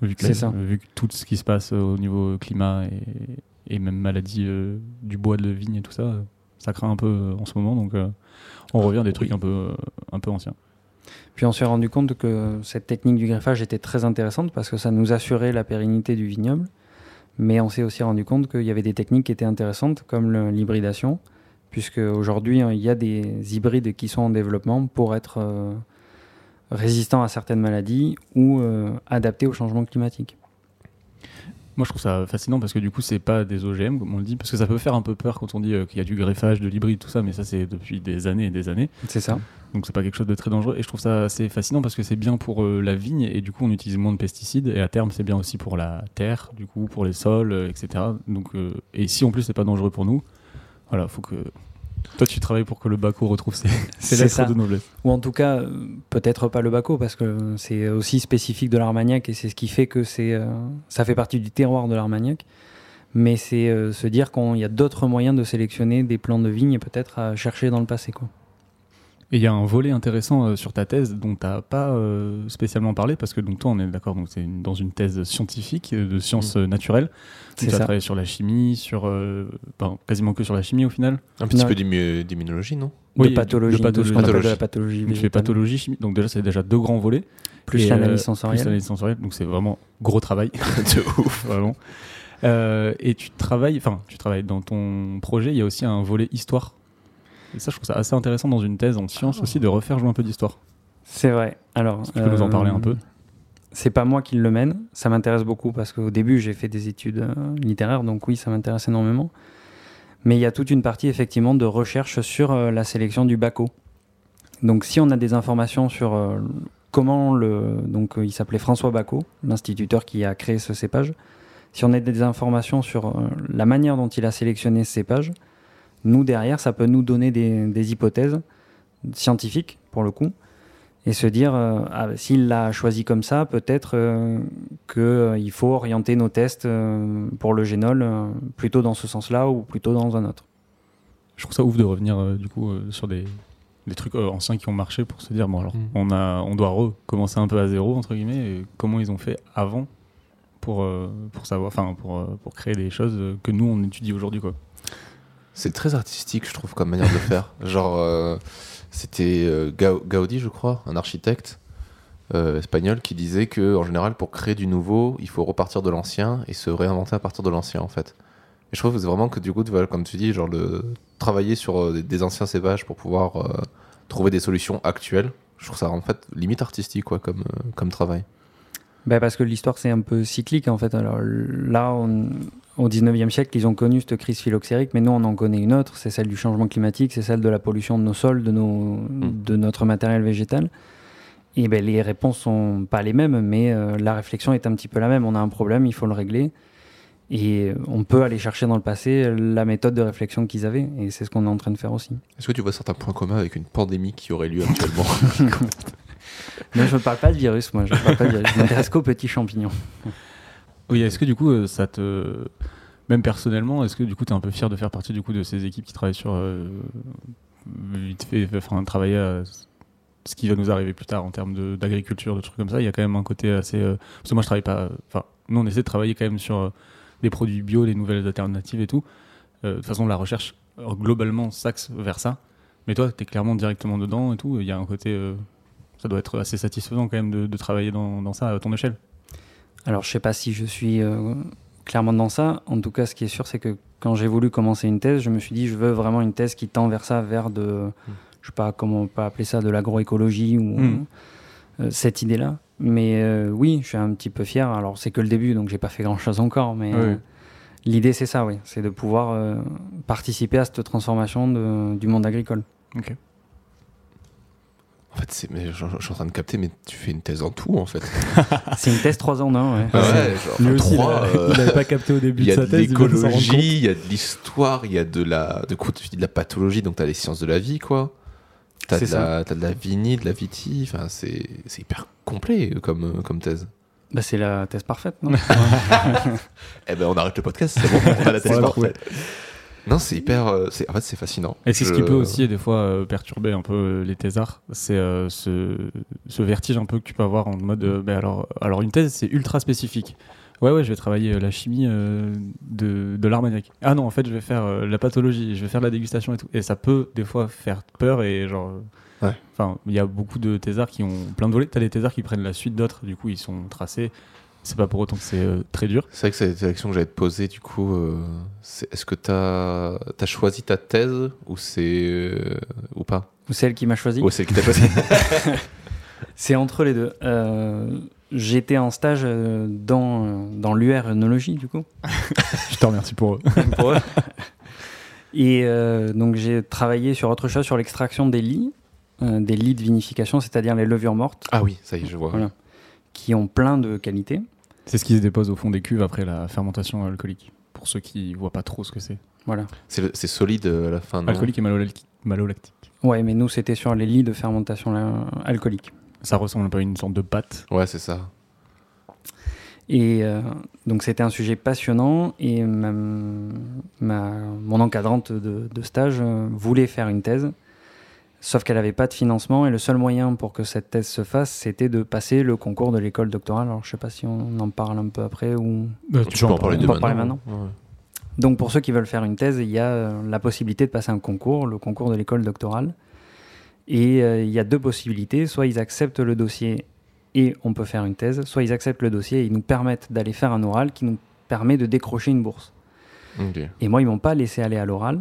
Speaker 2: Vu que,
Speaker 3: C'est
Speaker 2: la-
Speaker 3: ça.
Speaker 2: vu que tout ce qui se passe euh, au niveau climat et, et même maladie euh, du bois de vigne et tout ça, euh, ça craint un peu euh, en ce moment. Donc, euh, on revient à des trucs
Speaker 1: Oui.
Speaker 2: un peu, euh, un peu anciens.
Speaker 3: Puis on s'est rendu compte que cette technique du greffage était très intéressante parce que ça nous assurait la pérennité du vignoble. Mais on s'est aussi rendu compte qu'il y avait des techniques qui étaient intéressantes comme le- l'hybridation, puisque aujourd'hui hein, il y a des hybrides qui sont en développement pour être euh, résistants à certaines maladies ou euh, adaptés au changement climatique.
Speaker 2: Moi, je trouve ça fascinant parce que du coup, c'est pas des OGM, comme on le dit, parce que ça peut faire un peu peur quand on dit euh, qu'il y a du greffage, de l'hybride, tout ça, mais ça, c'est depuis des années et des années.
Speaker 3: C'est ça.
Speaker 2: Donc c'est pas quelque chose de très dangereux et je trouve ça assez fascinant parce que c'est bien pour euh, la vigne et du coup on utilise moins de pesticides et à terme c'est bien aussi pour la terre, du coup pour les sols, euh, etc. Donc euh, et si en plus c'est pas dangereux pour nous, voilà faut que toi tu travailles pour que le baco retrouve
Speaker 3: (laughs)
Speaker 2: ses, ses
Speaker 3: C'est
Speaker 2: lettres
Speaker 3: ça.
Speaker 2: de noblesse.
Speaker 3: Ou en tout cas, euh, peut-être pas le Baco, parce que c'est aussi spécifique de l'Armagnac et c'est ce qui fait que c'est, euh, ça fait partie du terroir de l'Armagnac. Mais c'est euh, se dire qu'il y a d'autres moyens de sélectionner des plants de vigne peut-être à chercher dans le passé. Quoi.
Speaker 2: Et il y a un volet intéressant euh, sur ta thèse dont t'as pas euh, spécialement parlé parce que donc toi on est d'accord donc c'est une- dans une thèse scientifique euh, de sciences euh, naturelles.
Speaker 3: Mm. C'est
Speaker 2: Donc, tu as
Speaker 3: ça.
Speaker 2: travaillé sur la chimie, sur euh, ben, quasiment que sur la chimie au final.
Speaker 1: Un petit
Speaker 3: Non.
Speaker 1: peu d'immu- d'immunologie, non
Speaker 2: Oui,
Speaker 3: de pathologie,
Speaker 2: de
Speaker 3: de ce qu'on
Speaker 1: pathologie.
Speaker 3: appelle de la pathologie.
Speaker 2: Donc, tu fais
Speaker 3: végétale.
Speaker 2: pathologie chimie donc déjà c'est déjà deux grands volets.
Speaker 3: Plus
Speaker 2: Et,
Speaker 3: l'analyse
Speaker 2: euh, Plus
Speaker 3: sensorielle.
Speaker 2: l'analyse sensorielle, donc c'est vraiment gros travail, (laughs)
Speaker 3: (laughs)
Speaker 1: De ouf.
Speaker 2: vraiment. Euh, et tu travailles, enfin, tu travailles dans ton projet, il y a aussi un volet histoire. Et ça, je trouve ça assez intéressant dans une thèse en sciences
Speaker 3: Ah.
Speaker 2: aussi de refaire jouer un peu d'histoire.
Speaker 3: C'est vrai. Alors,
Speaker 2: Tu peux nous en parler
Speaker 3: euh,
Speaker 2: un peu
Speaker 3: C'est pas moi qui le mène, ça m'intéresse beaucoup parce qu'au début j'ai fait des études euh, littéraires, donc oui, ça m'intéresse énormément. Mais il y a toute une partie effectivement de recherche sur euh, la sélection du baco. Donc si on a des informations sur euh, comment le. Donc euh, il s'appelait François Baco, l'instituteur qui a créé ce cépage. Si on a des informations sur euh, la manière dont il a sélectionné ce cépage, nous derrière, ça peut nous donner des, des hypothèses scientifiques pour le coup et se dire euh, ah, s'il l'a choisi comme ça, peut-être euh, qu'il faut orienter nos tests euh, pour le génol euh, plutôt dans ce sens-là ou plutôt dans un autre.
Speaker 2: Je trouve ça ouf de revenir euh, du coup euh, sur des, des trucs euh, anciens qui ont marché pour se dire bon alors
Speaker 1: Mhm.
Speaker 2: on a on doit recommencer un peu à zéro entre guillemets et comment ils ont fait avant pour euh, pour savoir enfin pour euh, pour créer des choses euh, que nous on étudie aujourd'hui quoi.
Speaker 1: C'est très artistique, je trouve, comme manière de le (laughs) faire. Genre, euh, c'était euh, Gau- Gaudi, je crois, un architecte euh, espagnol, qui disait que, en général, pour créer du nouveau, il faut repartir de l'ancien et se réinventer à partir de l'ancien, en fait. Et je trouve vraiment que, du coup, tu vois, comme tu dis, genre, le, travailler sur euh, des- des anciens cépages pour pouvoir euh, trouver des solutions actuelles, je trouve ça, en fait, limite artistique, quoi, comme, euh, comme travail.
Speaker 3: Ben, parce que l'histoire, c'est un peu cyclique en fait. Alors là, on- au 19e siècle, ils ont connu cette crise phylloxérique, mais nous, on en connaît une autre. C'est celle du changement climatique, c'est celle de la pollution de nos sols, de, nos, de notre matériel végétal. Et ben, les réponses sont pas les mêmes, mais euh, la réflexion est un petit peu la même. On a un problème, il faut le régler. Et euh, on peut aller chercher dans le passé euh, la méthode de réflexion qu'ils avaient. Et c'est ce qu'on est en train de faire aussi.
Speaker 1: Est-ce que tu vois certains points communs avec une pandémie qui aurait lieu actuellement
Speaker 3: Mais je ne parle pas de virus, moi. Je ne parle pas de virus. Je m'intéresse qu'aux petits champignons.
Speaker 2: Oui, est-ce que du coup euh, ça te même personnellement, est-ce que du coup tu es un peu fier de faire partie du coup de ces équipes qui travaillent sur euh, vite fait enfin travailler à ce qui va nous arriver plus tard en termes de- d'agriculture, de, trucs comme ça, il y a quand même un côté assez euh, parce que moi je travaille pas enfin nous on essaie de travailler quand même sur euh, des produits bio, les nouvelles alternatives et tout. Euh, de toute façon la recherche euh, globalement s'axe vers ça. Mais toi, tu es clairement directement dedans et tout, il y a un côté euh, ça doit être assez satisfaisant quand même de, de travailler dans, dans ça à ton échelle.
Speaker 3: Alors, je sais pas si je suis euh, clairement dans ça. En tout cas, ce qui est sûr, c'est que quand j'ai voulu commencer une thèse, je me suis dit, je veux vraiment une thèse qui tend vers ça, vers de, je sais pas comment on peut appeler ça, de l'agroécologie ou
Speaker 1: Hmm.
Speaker 2: Mm.
Speaker 3: euh, cette idée-là. Mais euh, oui, je suis un petit peu fier. Alors, c'est que le début, donc j'ai pas fait grand-chose encore, mais
Speaker 2: Oui.
Speaker 3: euh, l'idée, c'est ça, oui. C'est de pouvoir euh, participer à cette transformation de- du monde agricole.
Speaker 1: (laughs) En fait, c'est- mais je, je- je suis en train de capter, mais tu fais une thèse en tout, en fait.
Speaker 3: c'est une thèse 3 en 1, ouais.
Speaker 1: Ah ouais, genre,
Speaker 2: Lui
Speaker 1: enfin,
Speaker 2: aussi,
Speaker 1: trois,
Speaker 2: il a-
Speaker 1: euh,
Speaker 2: il n'avait pas capté au
Speaker 1: (laughs)
Speaker 2: début
Speaker 1: il y
Speaker 2: de
Speaker 1: a
Speaker 2: sa
Speaker 1: de
Speaker 2: thèse. il vient de s'en rendre compte.
Speaker 1: l'écologie, il y a de l'histoire, il y a de la, de, quoi, tu dis de la pathologie, donc t'as les sciences de la vie, quoi. T'as
Speaker 3: C'est
Speaker 1: de, la- t'as de la vinie, de la viti, enfin, c'est c'est hyper complet euh, comme, euh, comme thèse.
Speaker 3: Bah, c'est la thèse parfaite,
Speaker 1: (laughs)
Speaker 3: non
Speaker 1: Eh ben, on arrête le podcast, c'est bon, on
Speaker 2: (laughs)
Speaker 1: a la
Speaker 2: On
Speaker 1: thèse
Speaker 2: l'a
Speaker 1: parfaite. Non, c'est hyper. euh, c'est- En fait, c'est fascinant.
Speaker 2: Et c'est ce
Speaker 1: Je-
Speaker 2: qui peut aussi des fois euh, perturber un peu euh, les thésards, c'est euh, ce, ce vertige un peu que tu peux avoir en mode euh, ben alors, alors une thèse c'est ultra spécifique. Ouais ouais je vais travailler euh, la chimie euh, de, de l'armagnac. Ah non en fait je vais faire euh, la pathologie, je vais faire de la dégustation et tout. Et ça peut des fois faire peur et genre... euh,
Speaker 1: Ouais.
Speaker 2: Enfin il y a beaucoup de thésards qui ont plein de volets. T'as des thésards qui prennent la suite d'autres, du coup ils sont tracés. C'est pas pour autant que c'est euh, très dur. (laughs)
Speaker 1: C'est vrai que c'est la question que j'allais te poser, du coup. euh, c'est- Est-ce que t'as as choisi ta thèse ou c'est. euh, ou pas
Speaker 3: Ou celle qui m'a choisi
Speaker 1: Ou c'est qui t'a choisi (laughs)
Speaker 3: C'est entre les deux. Euh, J'étais en stage euh, dans, euh, dans l'UR œnologie, du coup.
Speaker 2: Je te remercie pour euh, eux.
Speaker 3: pour eux. Et euh, donc, j'ai travaillé sur autre chose, sur l'extraction des lits, euh, des lits de vinification, c'est-à-dire les levures mortes,
Speaker 1: Ah oui, ça y est, je vois.
Speaker 3: Voilà. qui ont plein de qualités.
Speaker 2: C'est ce qui se dépose au fond des cuves après la fermentation alcoolique. Pour ceux qui voient pas trop ce que c'est.
Speaker 3: Voilà.
Speaker 1: C'est le- c'est solide euh, à la fin. non
Speaker 2: Alcoolique et malolacti- malolactique.
Speaker 3: Ouais, mais nous, c'était sur les lits de fermentation là, alcoolique.
Speaker 2: Ça ressemble un peu à une sorte de pâte.
Speaker 1: Ouais, c'est ça.
Speaker 3: Et euh, donc, c'était un sujet passionnant. Et ma- ma- mon encadrante de, de stage euh, voulait faire une thèse. Sauf qu'elle n'avait pas de financement et le seul moyen pour que cette thèse se fasse, c'était de passer le concours de l'école doctorale. Alors je sais pas si on en parle un peu après ou.
Speaker 1: Bah, tu, peux en parler de
Speaker 3: On peut en parler
Speaker 1: Ouais.
Speaker 3: Donc pour ceux qui veulent faire une thèse, il y a euh, la possibilité de passer un concours, le concours de l'école doctorale. Et euh, il y a deux possibilités. Soit ils acceptent le dossier et on peut faire une thèse, soit ils acceptent le dossier et ils nous permettent d'aller faire un oral qui nous permet de décrocher une bourse.
Speaker 1: Ok.
Speaker 3: Et moi, ils m'ont pas laissé aller à l'oral.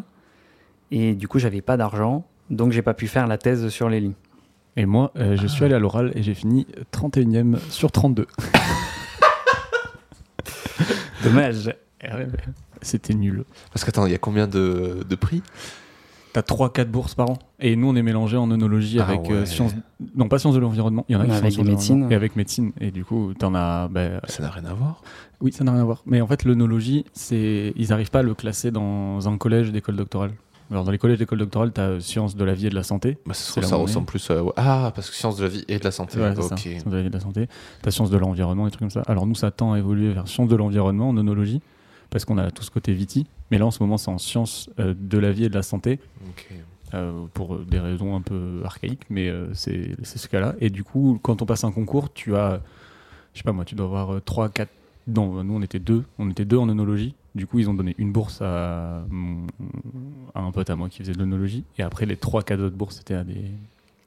Speaker 3: Et du coup, j'avais pas d'argent, donc j'ai pas pu faire la thèse sur les (laughs) lits.
Speaker 2: Et moi, euh, je suis allé à l'oral et j'ai fini 31ème sur 32.
Speaker 3: Dommage.
Speaker 2: C'était nul.
Speaker 1: Parce qu'attends, il y a combien de, de prix
Speaker 2: T'as 3-4 bourses par an. Et nous, on est mélangé en oenologie
Speaker 1: Ah
Speaker 2: avec euh,
Speaker 1: ouais.
Speaker 2: sciences. Non, pas sciences de l'environnement. Il y en a
Speaker 3: Mais
Speaker 2: qui font
Speaker 3: avec
Speaker 2: sciences
Speaker 3: des
Speaker 2: de l'environnement.
Speaker 3: médecines.
Speaker 2: Et avec médecine. Et du coup, t'en as. bah,
Speaker 1: Ça n'a rien à voir.
Speaker 2: Oui, ça n'a rien à voir. Mais en fait, l'œnologie, c'est ils n'arrivent pas à le classer dans un collège d'école doctorale. Alors, dans les collèges d'école doctorale, tu as sciences de la vie et de la santé.
Speaker 1: Bah, ça se
Speaker 2: C'est
Speaker 1: trouve,
Speaker 2: là
Speaker 1: ça
Speaker 2: où on est.
Speaker 1: ressemble plus à. Ah, parce que sciences de la vie et de la santé.
Speaker 2: Ouais, c'est
Speaker 1: ok.
Speaker 2: ça, sciences de la vie et de la santé. T'as sciences de l'environnement, des trucs comme ça. Alors nous, ça tend à évoluer vers sciences de l'environnement en onologie, parce qu'on a tout ce côté viti. Mais là, en ce moment, c'est en sciences euh, de la vie et de la santé,
Speaker 1: ok.
Speaker 2: euh, pour des raisons un peu archaïques, mais euh, c'est c'est ce cas-là. Et du coup, quand on passe un concours, tu as, je sais pas moi, tu dois avoir 3, 4... Non, nous, on était deux. On était deux en onologie. Du coup, ils ont donné une bourse à, mon- à un pote à moi qui faisait de l'onologie. Et après, les trois, quatre autres bourses, c'était à des...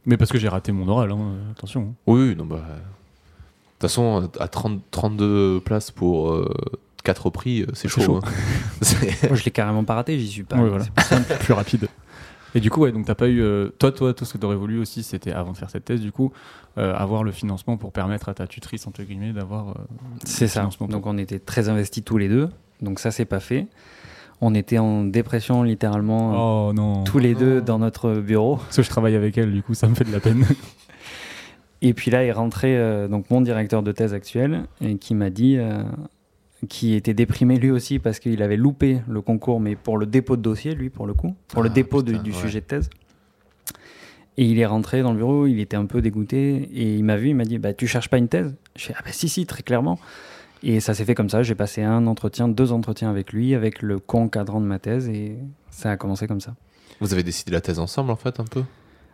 Speaker 2: Mais parce que j'ai raté mon oral, hein, attention.
Speaker 1: Oui, oui, non, bah. euh, De toute façon, à 30 32 places pour 4 prix, euh, c'est
Speaker 2: C'est
Speaker 1: chaud.
Speaker 2: chaud.
Speaker 1: hein. (laughs) C'est-
Speaker 3: Moi, je l'ai carrément pas raté, j'y suis pas.
Speaker 2: Ouais, voilà. (laughs) plus rapide. Et du coup, ouais, donc t'as pas eu. euh, toi, toi, tout ce que t'aurais voulu aussi, c'était avant de faire cette thèse, du coup, euh, avoir le financement pour permettre à ta tutrice, entre guillemets, d'avoir. euh,
Speaker 3: C'est ça.
Speaker 2: financement.
Speaker 3: Donc on était très investis tous les deux. Donc ça, c'est pas fait. On était en dépression littéralement
Speaker 2: Oh non
Speaker 3: tous les
Speaker 1: Oh.
Speaker 3: deux dans notre bureau.
Speaker 2: Parce que je travaille avec elle, du coup, ça me fait de la peine. (laughs)
Speaker 3: Et puis là est rentré euh, donc mon directeur de thèse actuel et qui m'a dit euh, qu'il était déprimé lui aussi parce qu'il avait loupé le concours, mais pour le dépôt de dossier, lui pour le coup, pour le
Speaker 1: Ah,
Speaker 3: dépôt du-
Speaker 1: putain,
Speaker 3: du
Speaker 1: ouais.
Speaker 3: sujet de thèse. Et il est rentré dans le bureau, il était un peu dégoûté et il m'a vu, il m'a dit bah tu cherches pas une thèse Je fais ah bah si si très clairement. Et ça s'est fait comme ça. J'ai passé un entretien, deux entretiens avec lui, avec le concadrant de ma thèse et ça a commencé comme ça.
Speaker 1: Vous avez décidé la thèse ensemble, en fait, un peu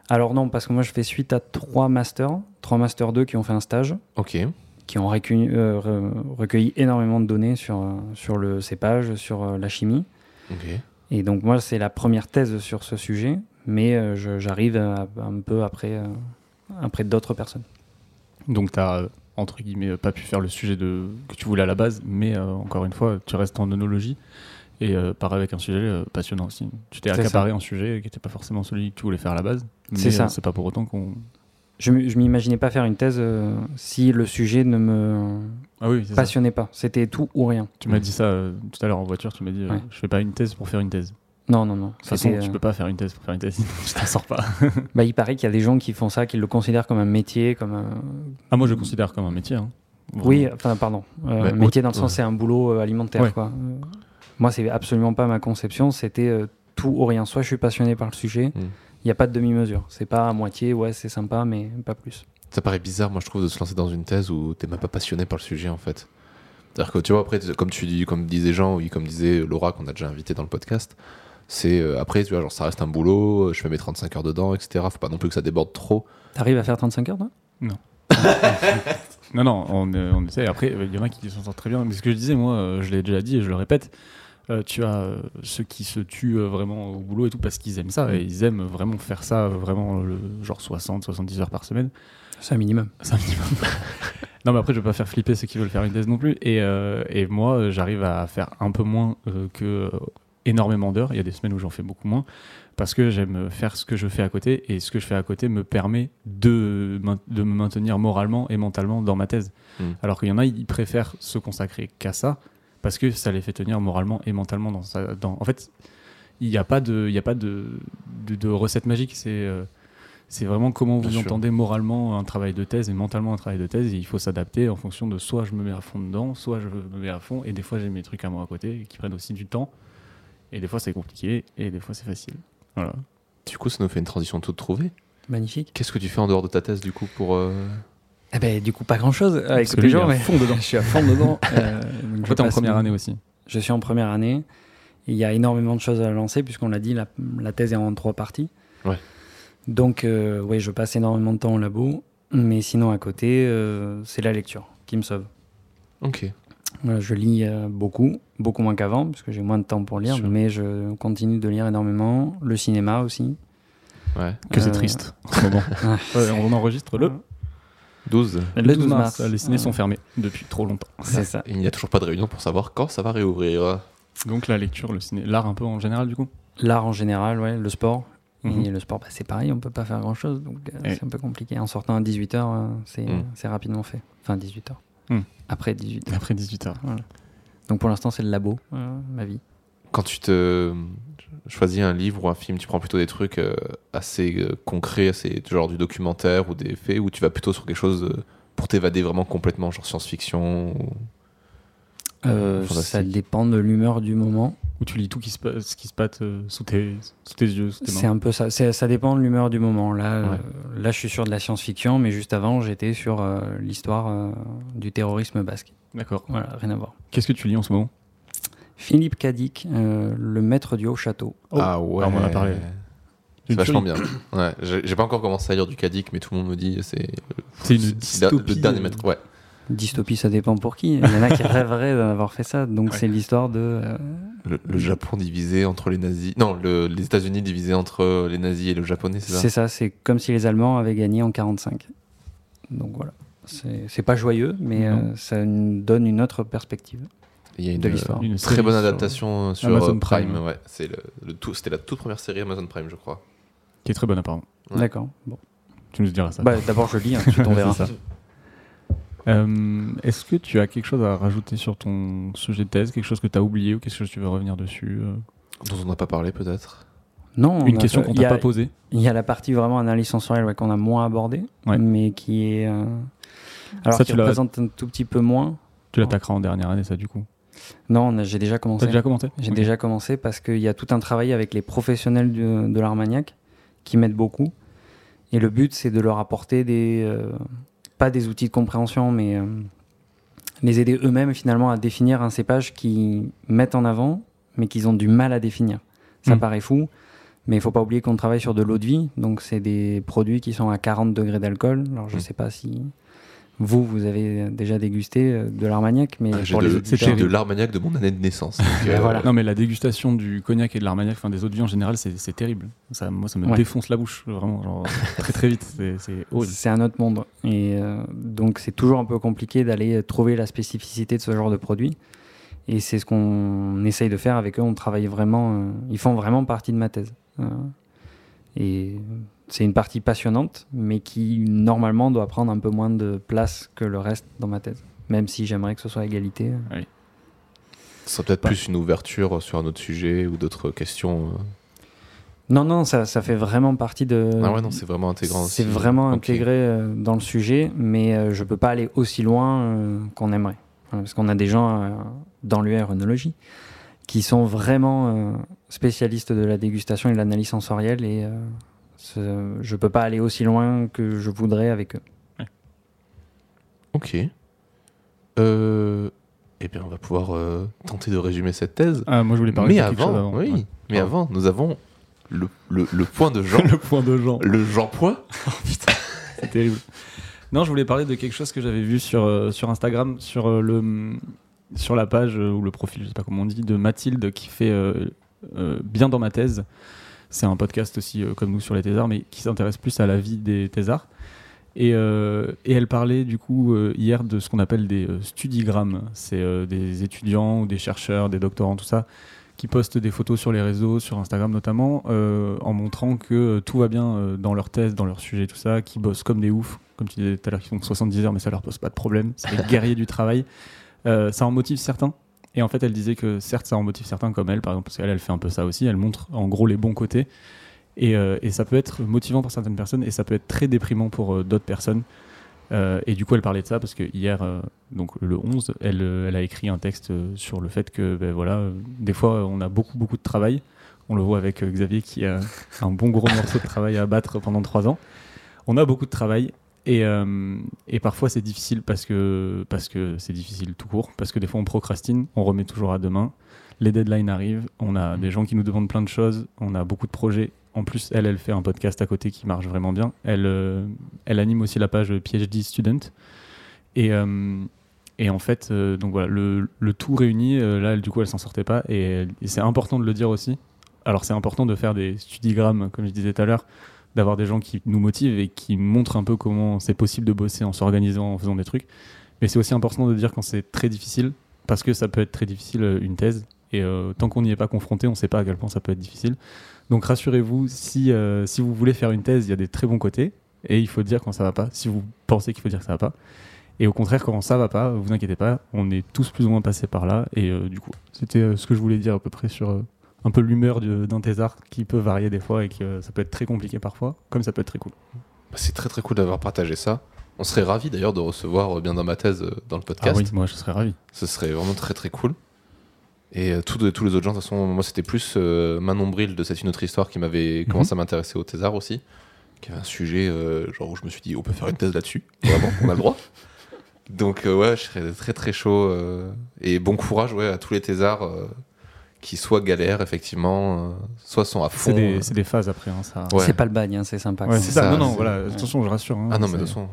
Speaker 3: Alors non parce que moi je fais suite à trois masters, trois masters 2 qui ont fait un stage.
Speaker 1: Ok.
Speaker 3: qui ont recueilli, euh, re- recueilli énormément de données sur, euh, sur le cépage, sur euh, la chimie.
Speaker 1: Ok.
Speaker 3: Et donc moi, c'est la première thèse sur ce sujet, mais euh, je- j'arrive à- un peu après, euh, après d'autres personnes.
Speaker 2: donc t'as, euh, entre guillemets, pas pu faire le sujet de... que tu voulais à la base, mais euh, encore une fois, tu restes en onologie. Et euh, part avec un sujet euh, passionnant aussi. Tu t'es
Speaker 3: C'est ça.
Speaker 2: accaparé un sujet qui n'était pas forcément celui que tu voulais faire à la base. mais,
Speaker 3: C'est ça.
Speaker 2: euh, C'est pas pour autant qu'on.
Speaker 3: Je ne m'imaginais pas faire une thèse euh, si le sujet ne me
Speaker 2: Ah oui, c'est ça.
Speaker 3: passionnait pas. C'était tout ou rien.
Speaker 2: Tu m'as dit ça euh, tout à l'heure en voiture, tu m'as dit euh,
Speaker 3: Ouais.
Speaker 2: je fais pas une thèse pour faire une thèse.
Speaker 3: Non, non, non.
Speaker 2: De toute façon,
Speaker 3: C'était,
Speaker 2: tu
Speaker 3: euh,
Speaker 2: peux pas faire une thèse pour faire une thèse, (laughs) je t'en sors pas.
Speaker 3: bah, il paraît qu'il y a des gens qui font ça, qui le considèrent comme un métier, comme un...
Speaker 2: Ah, moi, je le considère comme un métier. hein.
Speaker 3: Oui,
Speaker 2: Vraiment.
Speaker 3: enfin, pardon. Euh,
Speaker 1: Ouais,
Speaker 3: métier
Speaker 1: au-
Speaker 3: dans le sens,
Speaker 1: ouais.
Speaker 3: c'est un boulot euh, alimentaire.
Speaker 2: Ouais.
Speaker 3: Quoi. Euh, Moi, c'est absolument pas ma conception. C'était euh, tout ou rien. Soit je suis passionné par le sujet, il
Speaker 1: Mm.
Speaker 3: n'y a pas de demi-mesure. C'est pas à moitié, ouais, c'est sympa, mais pas plus.
Speaker 1: Ça paraît bizarre, moi, je trouve, de se lancer dans une thèse où t'es même pas passionné par le sujet, en fait. C'est-à-dire que, tu vois, après, tu- comme tu dis, comme disait Jean, oui, comme disait Laura, qu'on a déjà invité dans le podcast, c'est euh, après, tu vois, genre, ça reste un boulot, euh, je fais mes 35 heures dedans, etc. Faut pas non plus que ça déborde trop.
Speaker 3: T'arrives à faire 35 heures, toi
Speaker 2: Non, non, on, euh, on essaie. Après, il y en a qui s'en sortent très bien. Mais ce que je disais, moi, euh, je l'ai déjà dit et je le répète. euh, tu as euh, ceux qui se tuent euh, vraiment au boulot et tout parce qu'ils aiment ça et ils aiment vraiment faire ça, euh, vraiment le, genre 60, 70 heures par semaine.
Speaker 3: C'est un minimum.
Speaker 2: C'est un minimum. non, mais après, je vais pas faire flipper ceux qui veulent faire une thèse non plus. Et, euh, et moi, euh, j'arrive à faire un peu moins euh, que euh, énormément d'heures. Il y a des semaines où j'en fais beaucoup moins parce que j'aime faire ce que je fais à côté et ce que je fais à côté me permet de, main- de me maintenir moralement et mentalement dans ma thèse.
Speaker 1: Mm.
Speaker 2: Alors qu'il y en a, ils préfèrent se consacrer qu'à ça parce que ça les fait tenir moralement et mentalement dans sa- dans- En fait, il n'y a pas de, il y a pas de, de, de recette magique. C'est euh, c'est vraiment comment vous
Speaker 1: Bien sûr.
Speaker 2: entendez moralement un travail de thèse et mentalement un travail de thèse. Et il faut s'adapter en fonction de soit je me mets à fond dedans, soit je me mets à fond. Et des fois, j'ai mes trucs à moi à côté qui prennent aussi du temps. Et des fois, c'est compliqué. Et des fois, c'est facile. Voilà.
Speaker 1: Du coup, ça nous fait une transition toute trouvée.
Speaker 3: Magnifique.
Speaker 1: Qu'est-ce que tu fais en dehors de ta thèse, du coup, pour. euh,
Speaker 3: Eh ben, du coup, pas grand-chose. Ah,
Speaker 2: Parce que
Speaker 3: écoutez,
Speaker 2: lui, il est
Speaker 3: Jean,
Speaker 2: à
Speaker 3: mais-
Speaker 2: fond dedans.
Speaker 3: (laughs) je suis à fond dedans. Euh,
Speaker 2: En
Speaker 3: donc je
Speaker 2: fait, t'es en
Speaker 3: passe
Speaker 2: première
Speaker 3: mon-
Speaker 2: année aussi.
Speaker 3: Je suis en première année. Il y a énormément de choses à lancer, puisqu'on l'a dit, la, la thèse est en trois parties.
Speaker 1: Ouais.
Speaker 3: Donc, euh, oui, je passe énormément de temps au labo, mais sinon, à côté, euh, c'est la lecture qui me sauve.
Speaker 1: Ok.
Speaker 3: Voilà, je lis euh, beaucoup, beaucoup moins qu'avant, puisque j'ai moins de temps pour lire,
Speaker 2: Sûr.
Speaker 3: mais je continue de lire énormément. Le cinéma aussi.
Speaker 1: Ouais.
Speaker 2: Que c'est
Speaker 3: Euh,
Speaker 2: triste en ce moment. (laughs) Ouais, on enregistre le,
Speaker 1: 12.
Speaker 3: Le 12 mars.
Speaker 2: Les ciné sont
Speaker 3: Ouais.
Speaker 2: fermés depuis trop longtemps.
Speaker 3: (laughs) C'est ça.
Speaker 1: Il n'y a toujours pas de réunion pour savoir quand ça va réouvrir.
Speaker 2: Donc la lecture, le ciné, l'art un peu en général du coup.
Speaker 3: L'art en général, ouais, le sport.
Speaker 2: Mhm.
Speaker 3: Et le sport, bah, c'est pareil, on peut pas faire grand-chose, donc euh,
Speaker 2: Ouais.
Speaker 3: c'est un peu compliqué. En sortant à 18h, c'est
Speaker 1: Mhm.
Speaker 3: c'est rapidement fait. Enfin, 18h.
Speaker 2: Mhm.
Speaker 3: Après 18h.
Speaker 2: Après 18h.
Speaker 3: Donc pour l'instant, c'est le labo, euh, ma vie.
Speaker 1: Quand tu te choisis un livre ou un film, tu prends plutôt des trucs euh, assez euh, concrets, assez genre du documentaire ou des faits, ou tu vas plutôt sur quelque chose euh, pour t'évader vraiment complètement, genre science-fiction. ou-
Speaker 3: Euh,
Speaker 1: Fantastique.
Speaker 3: ça dépend de l'humeur du moment.
Speaker 2: où tu lis tout qui se pa- ce qui se passe euh, sous, tes, sous tes yeux, sous tes
Speaker 3: C'est
Speaker 2: mains.
Speaker 3: un peu ça. C'est- Ça dépend de l'humeur du moment. Là, euh,
Speaker 2: Ouais.
Speaker 3: là, je suis sur de la science-fiction, mais juste avant, j'étais sur euh, l'histoire euh, du terrorisme basque.
Speaker 2: D'accord.
Speaker 3: Voilà, rien à voir.
Speaker 2: Qu'est-ce que tu lis en ce moment
Speaker 3: Philippe Cadic, euh, le maître du haut château.
Speaker 2: Oh.
Speaker 1: Ah ouais.
Speaker 2: Alors, on en a parlé.
Speaker 1: C'est vachement bien. Ouais, j'ai j'ai pas encore commencé à lire du Cadic, mais tout le monde me dit c'est
Speaker 2: C'est une
Speaker 1: c'est
Speaker 2: dystopie,
Speaker 1: le dernier
Speaker 2: euh,
Speaker 1: maître. Ouais.
Speaker 3: Dystopie, ça dépend pour qui. Il y en a qui rêveraient d'avoir fait ça. Donc,
Speaker 2: Ouais.
Speaker 3: c'est l'histoire de. euh,
Speaker 1: Le, le Japon divisé entre les nazis. Non, le- les États-Unis divisés entre euh, les nazis et le japonais, c'est ça.
Speaker 3: c'est ça, c'est comme si les Allemands avaient gagné en 45. Donc, voilà. C'est c'est pas joyeux, mais
Speaker 2: Non.
Speaker 3: euh, ça nous donne une autre perspective.
Speaker 1: Il y a une,
Speaker 3: de l'histoire.
Speaker 2: Une
Speaker 1: très
Speaker 2: série
Speaker 1: bonne
Speaker 2: sur-
Speaker 1: adaptation euh, sur,
Speaker 2: Amazon
Speaker 1: euh, Prime.
Speaker 2: Prime.
Speaker 1: ouais. C'est le, le tout. C'était la toute première série Amazon Prime, je crois.
Speaker 2: Qui est très bonne, apparemment.
Speaker 1: Ouais.
Speaker 3: D'accord. Bon.
Speaker 2: Tu nous diras ça.
Speaker 3: Bah, D'abord, je lis, hein, ensuite on verra.
Speaker 2: (laughs) C'est ça. Euh, Est-ce que tu as quelque chose à rajouter sur ton sujet de thèse Quelque chose que tu as oublié ou quelque chose que tu veux revenir dessus euh
Speaker 1: Dont on n'a pas parlé peut-être.
Speaker 3: Non, on
Speaker 2: Une
Speaker 3: a
Speaker 2: question
Speaker 3: pas-
Speaker 2: qu'on
Speaker 3: il y
Speaker 2: t'a
Speaker 3: a-
Speaker 2: pas posée
Speaker 3: Il y a la partie vraiment analyse sensorielle ouais, qu'on a moins abordée,
Speaker 2: Ouais.
Speaker 3: mais qui est. euh, Alors,
Speaker 2: Ça,
Speaker 3: qui
Speaker 2: tu l'as-
Speaker 3: représente un tout petit peu moins.
Speaker 2: Tu l'attaqueras en dernière année, ça, du coup.
Speaker 3: Non, on a- j'ai déjà
Speaker 2: T'as
Speaker 3: commencé.
Speaker 2: déjà commenté
Speaker 3: J'ai
Speaker 2: Ok.
Speaker 3: déjà commencé parce qu'il y a tout un travail avec les professionnels du- de l'Armagnac qui m'aident beaucoup. Et le but, c'est de leur apporter des. euh, pas des outils de compréhension, mais euh, les aider eux-mêmes finalement à définir un cépage qu'ils mettent en avant, mais qu'ils ont du mal à définir. Ça
Speaker 2: Mm.
Speaker 3: paraît fou, mais il faut pas oublier qu'on travaille sur de l'eau de vie, donc c'est des produits qui sont à 40 degrés d'alcool. Alors je
Speaker 1: Mm.
Speaker 3: sais pas si. Vous, vous avez déjà dégusté euh, de l'armagnac, mais
Speaker 1: Ah, j'ai
Speaker 3: pour les
Speaker 1: de,
Speaker 3: auditeurs-
Speaker 1: j'ai de l'Armagnac de mon année de
Speaker 2: (laughs)
Speaker 1: naissance. donc,
Speaker 3: Ben voilà.
Speaker 2: Euh, Non, mais la dégustation du cognac et de l'armagnac, enfin des autres vies en général, c'est c'est terrible. Ça, moi, ça me
Speaker 3: Ouais.
Speaker 2: défonce la bouche, vraiment, genre, (laughs) très très vite. C'est c'est horrible.
Speaker 3: C'est un autre monde. Et euh, donc, c'est toujours un peu compliqué d'aller trouver la spécificité de ce genre de produit. Et c'est ce qu'on essaye de faire avec eux. On travaille vraiment. euh, ils font vraiment partie de ma thèse. Euh, et c'est une partie passionnante, mais qui normalement doit prendre un peu moins de place que le reste dans ma thèse. Même si j'aimerais que ce soit à égalité.
Speaker 1: Ce serait peut-être
Speaker 2: Ouais.
Speaker 1: plus une ouverture sur un autre sujet ou d'autres questions. euh.
Speaker 3: Non, non, ça, ça fait vraiment partie de.
Speaker 2: Euh,
Speaker 1: Ah ouais, non, c'est vraiment intégrant.
Speaker 3: C'est
Speaker 1: aussi.
Speaker 3: vraiment
Speaker 1: Ok.
Speaker 3: intégré euh, dans le sujet, mais euh, je peux pas aller aussi loin euh, qu'on aimerait. Voilà, parce qu'on a des gens euh, dans l'aéronologie qui sont vraiment euh, spécialistes de la dégustation et de l'analyse sensorielle et euh, ce- je peux pas aller aussi loin que je voudrais avec eux.
Speaker 1: Ok. Euh, eh bien, on va pouvoir euh, tenter de résumer cette thèse.
Speaker 2: Ah, moi, je voulais parler
Speaker 1: mais
Speaker 2: de quelque
Speaker 1: avant,
Speaker 2: chose avant.
Speaker 1: oui,
Speaker 2: Ouais.
Speaker 1: mais
Speaker 2: Pardon.
Speaker 1: avant, nous avons le, le- le point de Jean,
Speaker 2: (laughs) Le point de Jean.
Speaker 1: le Jean Point.
Speaker 2: C'est terrible. Non, je voulais parler de quelque chose que j'avais vu sur, euh, sur Instagram, sur, euh, le, hum, sur la page euh, ou le profil, je sais pas comment on dit, de Mathilde qui fait euh, euh, Bien dans ma thèse. C'est un podcast aussi, euh, comme nous, sur les thésards, mais qui s'intéresse plus à la vie des thésards. Et, euh, et elle parlait du coup euh, hier de ce qu'on appelle des euh, studigrammes. C'est euh, des étudiants ou des chercheurs, des doctorants, tout ça, qui postent des photos sur les réseaux, sur Instagram notamment, euh, en montrant que euh, tout va bien euh, dans leur thèse, dans leur sujet, tout ça, qui bossent comme des oufs, comme tu disais tout à l'heure, qui font 70 heures, mais ça leur pose pas de problème, c'est les guerriers du travail. Euh, ça en motive certains. Et en fait, elle disait que certes, ça en motive certains comme elle, par exemple, parce qu'elle, elle fait un peu ça aussi, elle montre en gros les bons côtés. Et, euh, et ça peut être motivant pour certaines personnes et ça peut être très déprimant pour euh, d'autres personnes. Euh, et du coup, elle parlait de ça parce que hier, euh, donc le 11, elle, euh, elle a écrit un texte euh, sur le fait que, ben, voilà, euh, des fois, euh, on a beaucoup, beaucoup de travail. On le voit avec euh, Xavier qui a (laughs) un bon gros morceau de travail à battre pendant trois ans. On a beaucoup de travail et, euh, et parfois c'est difficile parce que parce que c'est difficile tout court, parce que des fois on procrastine, on remet toujours à demain. Les deadlines arrivent, on a des gens qui nous demandent plein de choses, on a beaucoup de projets. En plus, elle, elle fait un podcast à côté qui marche vraiment bien. Elle, euh, elle anime aussi la page PhD Student. Et, euh, et en fait, euh, donc voilà, le, le tout réuni, euh, là, elle, du coup, elle s'en sortait pas. Et, elle- et c'est important de le dire aussi. Alors, c'est important de faire des studigrammes, comme je disais tout à l'heure, d'avoir des gens qui nous motivent et qui montrent un peu comment c'est possible de bosser en s'organisant, en faisant des trucs. Mais c'est aussi important de dire quand c'est très difficile, parce que ça peut être très difficile euh, une thèse. Et euh, tant qu'on n'y est pas confronté, on ne sait pas à quel point ça peut être difficile. Donc rassurez-vous, si, euh, si vous voulez faire une thèse, il y a des très bons côtés. Et il faut dire quand ça va pas, si vous pensez qu'il faut dire que ça va pas. Et au contraire, quand ça va pas, vous inquiétez pas, on est tous plus ou moins passés par là. Et euh, du coup, c'était euh, ce que je voulais dire à peu près sur euh, un peu l'humeur de- d'un thésard qui peut varier des fois et que euh, ça peut être très compliqué parfois, comme ça peut être très cool.
Speaker 1: Bah, c'est très très cool d'avoir partagé ça. On serait ravi d'ailleurs
Speaker 2: Ah
Speaker 1: de recevoir euh, bien dans ma thèse euh, dans le podcast.
Speaker 2: moi je serais ravi.
Speaker 1: Ce serait vraiment très très cool. Et euh, tous de- tous les autres gens, de toute façon, moi c'était plus euh, Main Nombril de cette une autre histoire qui m'avait
Speaker 2: Mhm.
Speaker 1: commencé à m'intéresser au Thésard aussi, qui avait un sujet euh, genre où je me suis dit on peut faire une thèse là-dessus, vraiment, on a le droit. Donc euh, ouais, je serais très très chaud. euh, et bon courage ouais, à tous les Thésards euh, qui soit galèrent effectivement, euh, soit sont à fond.
Speaker 2: C'est des,
Speaker 1: euh,
Speaker 2: c'est des phases après, hein, ça.
Speaker 1: ouais.
Speaker 3: C'est pas le bagne, hein, c'est sympa.
Speaker 2: Ouais,
Speaker 3: quand
Speaker 2: c'est
Speaker 1: ça,
Speaker 2: ça. Non, non,
Speaker 1: c'est-
Speaker 2: voilà. Attention, je rassure. hein,
Speaker 1: Ah non mais de
Speaker 2: c'est-
Speaker 1: toute façon,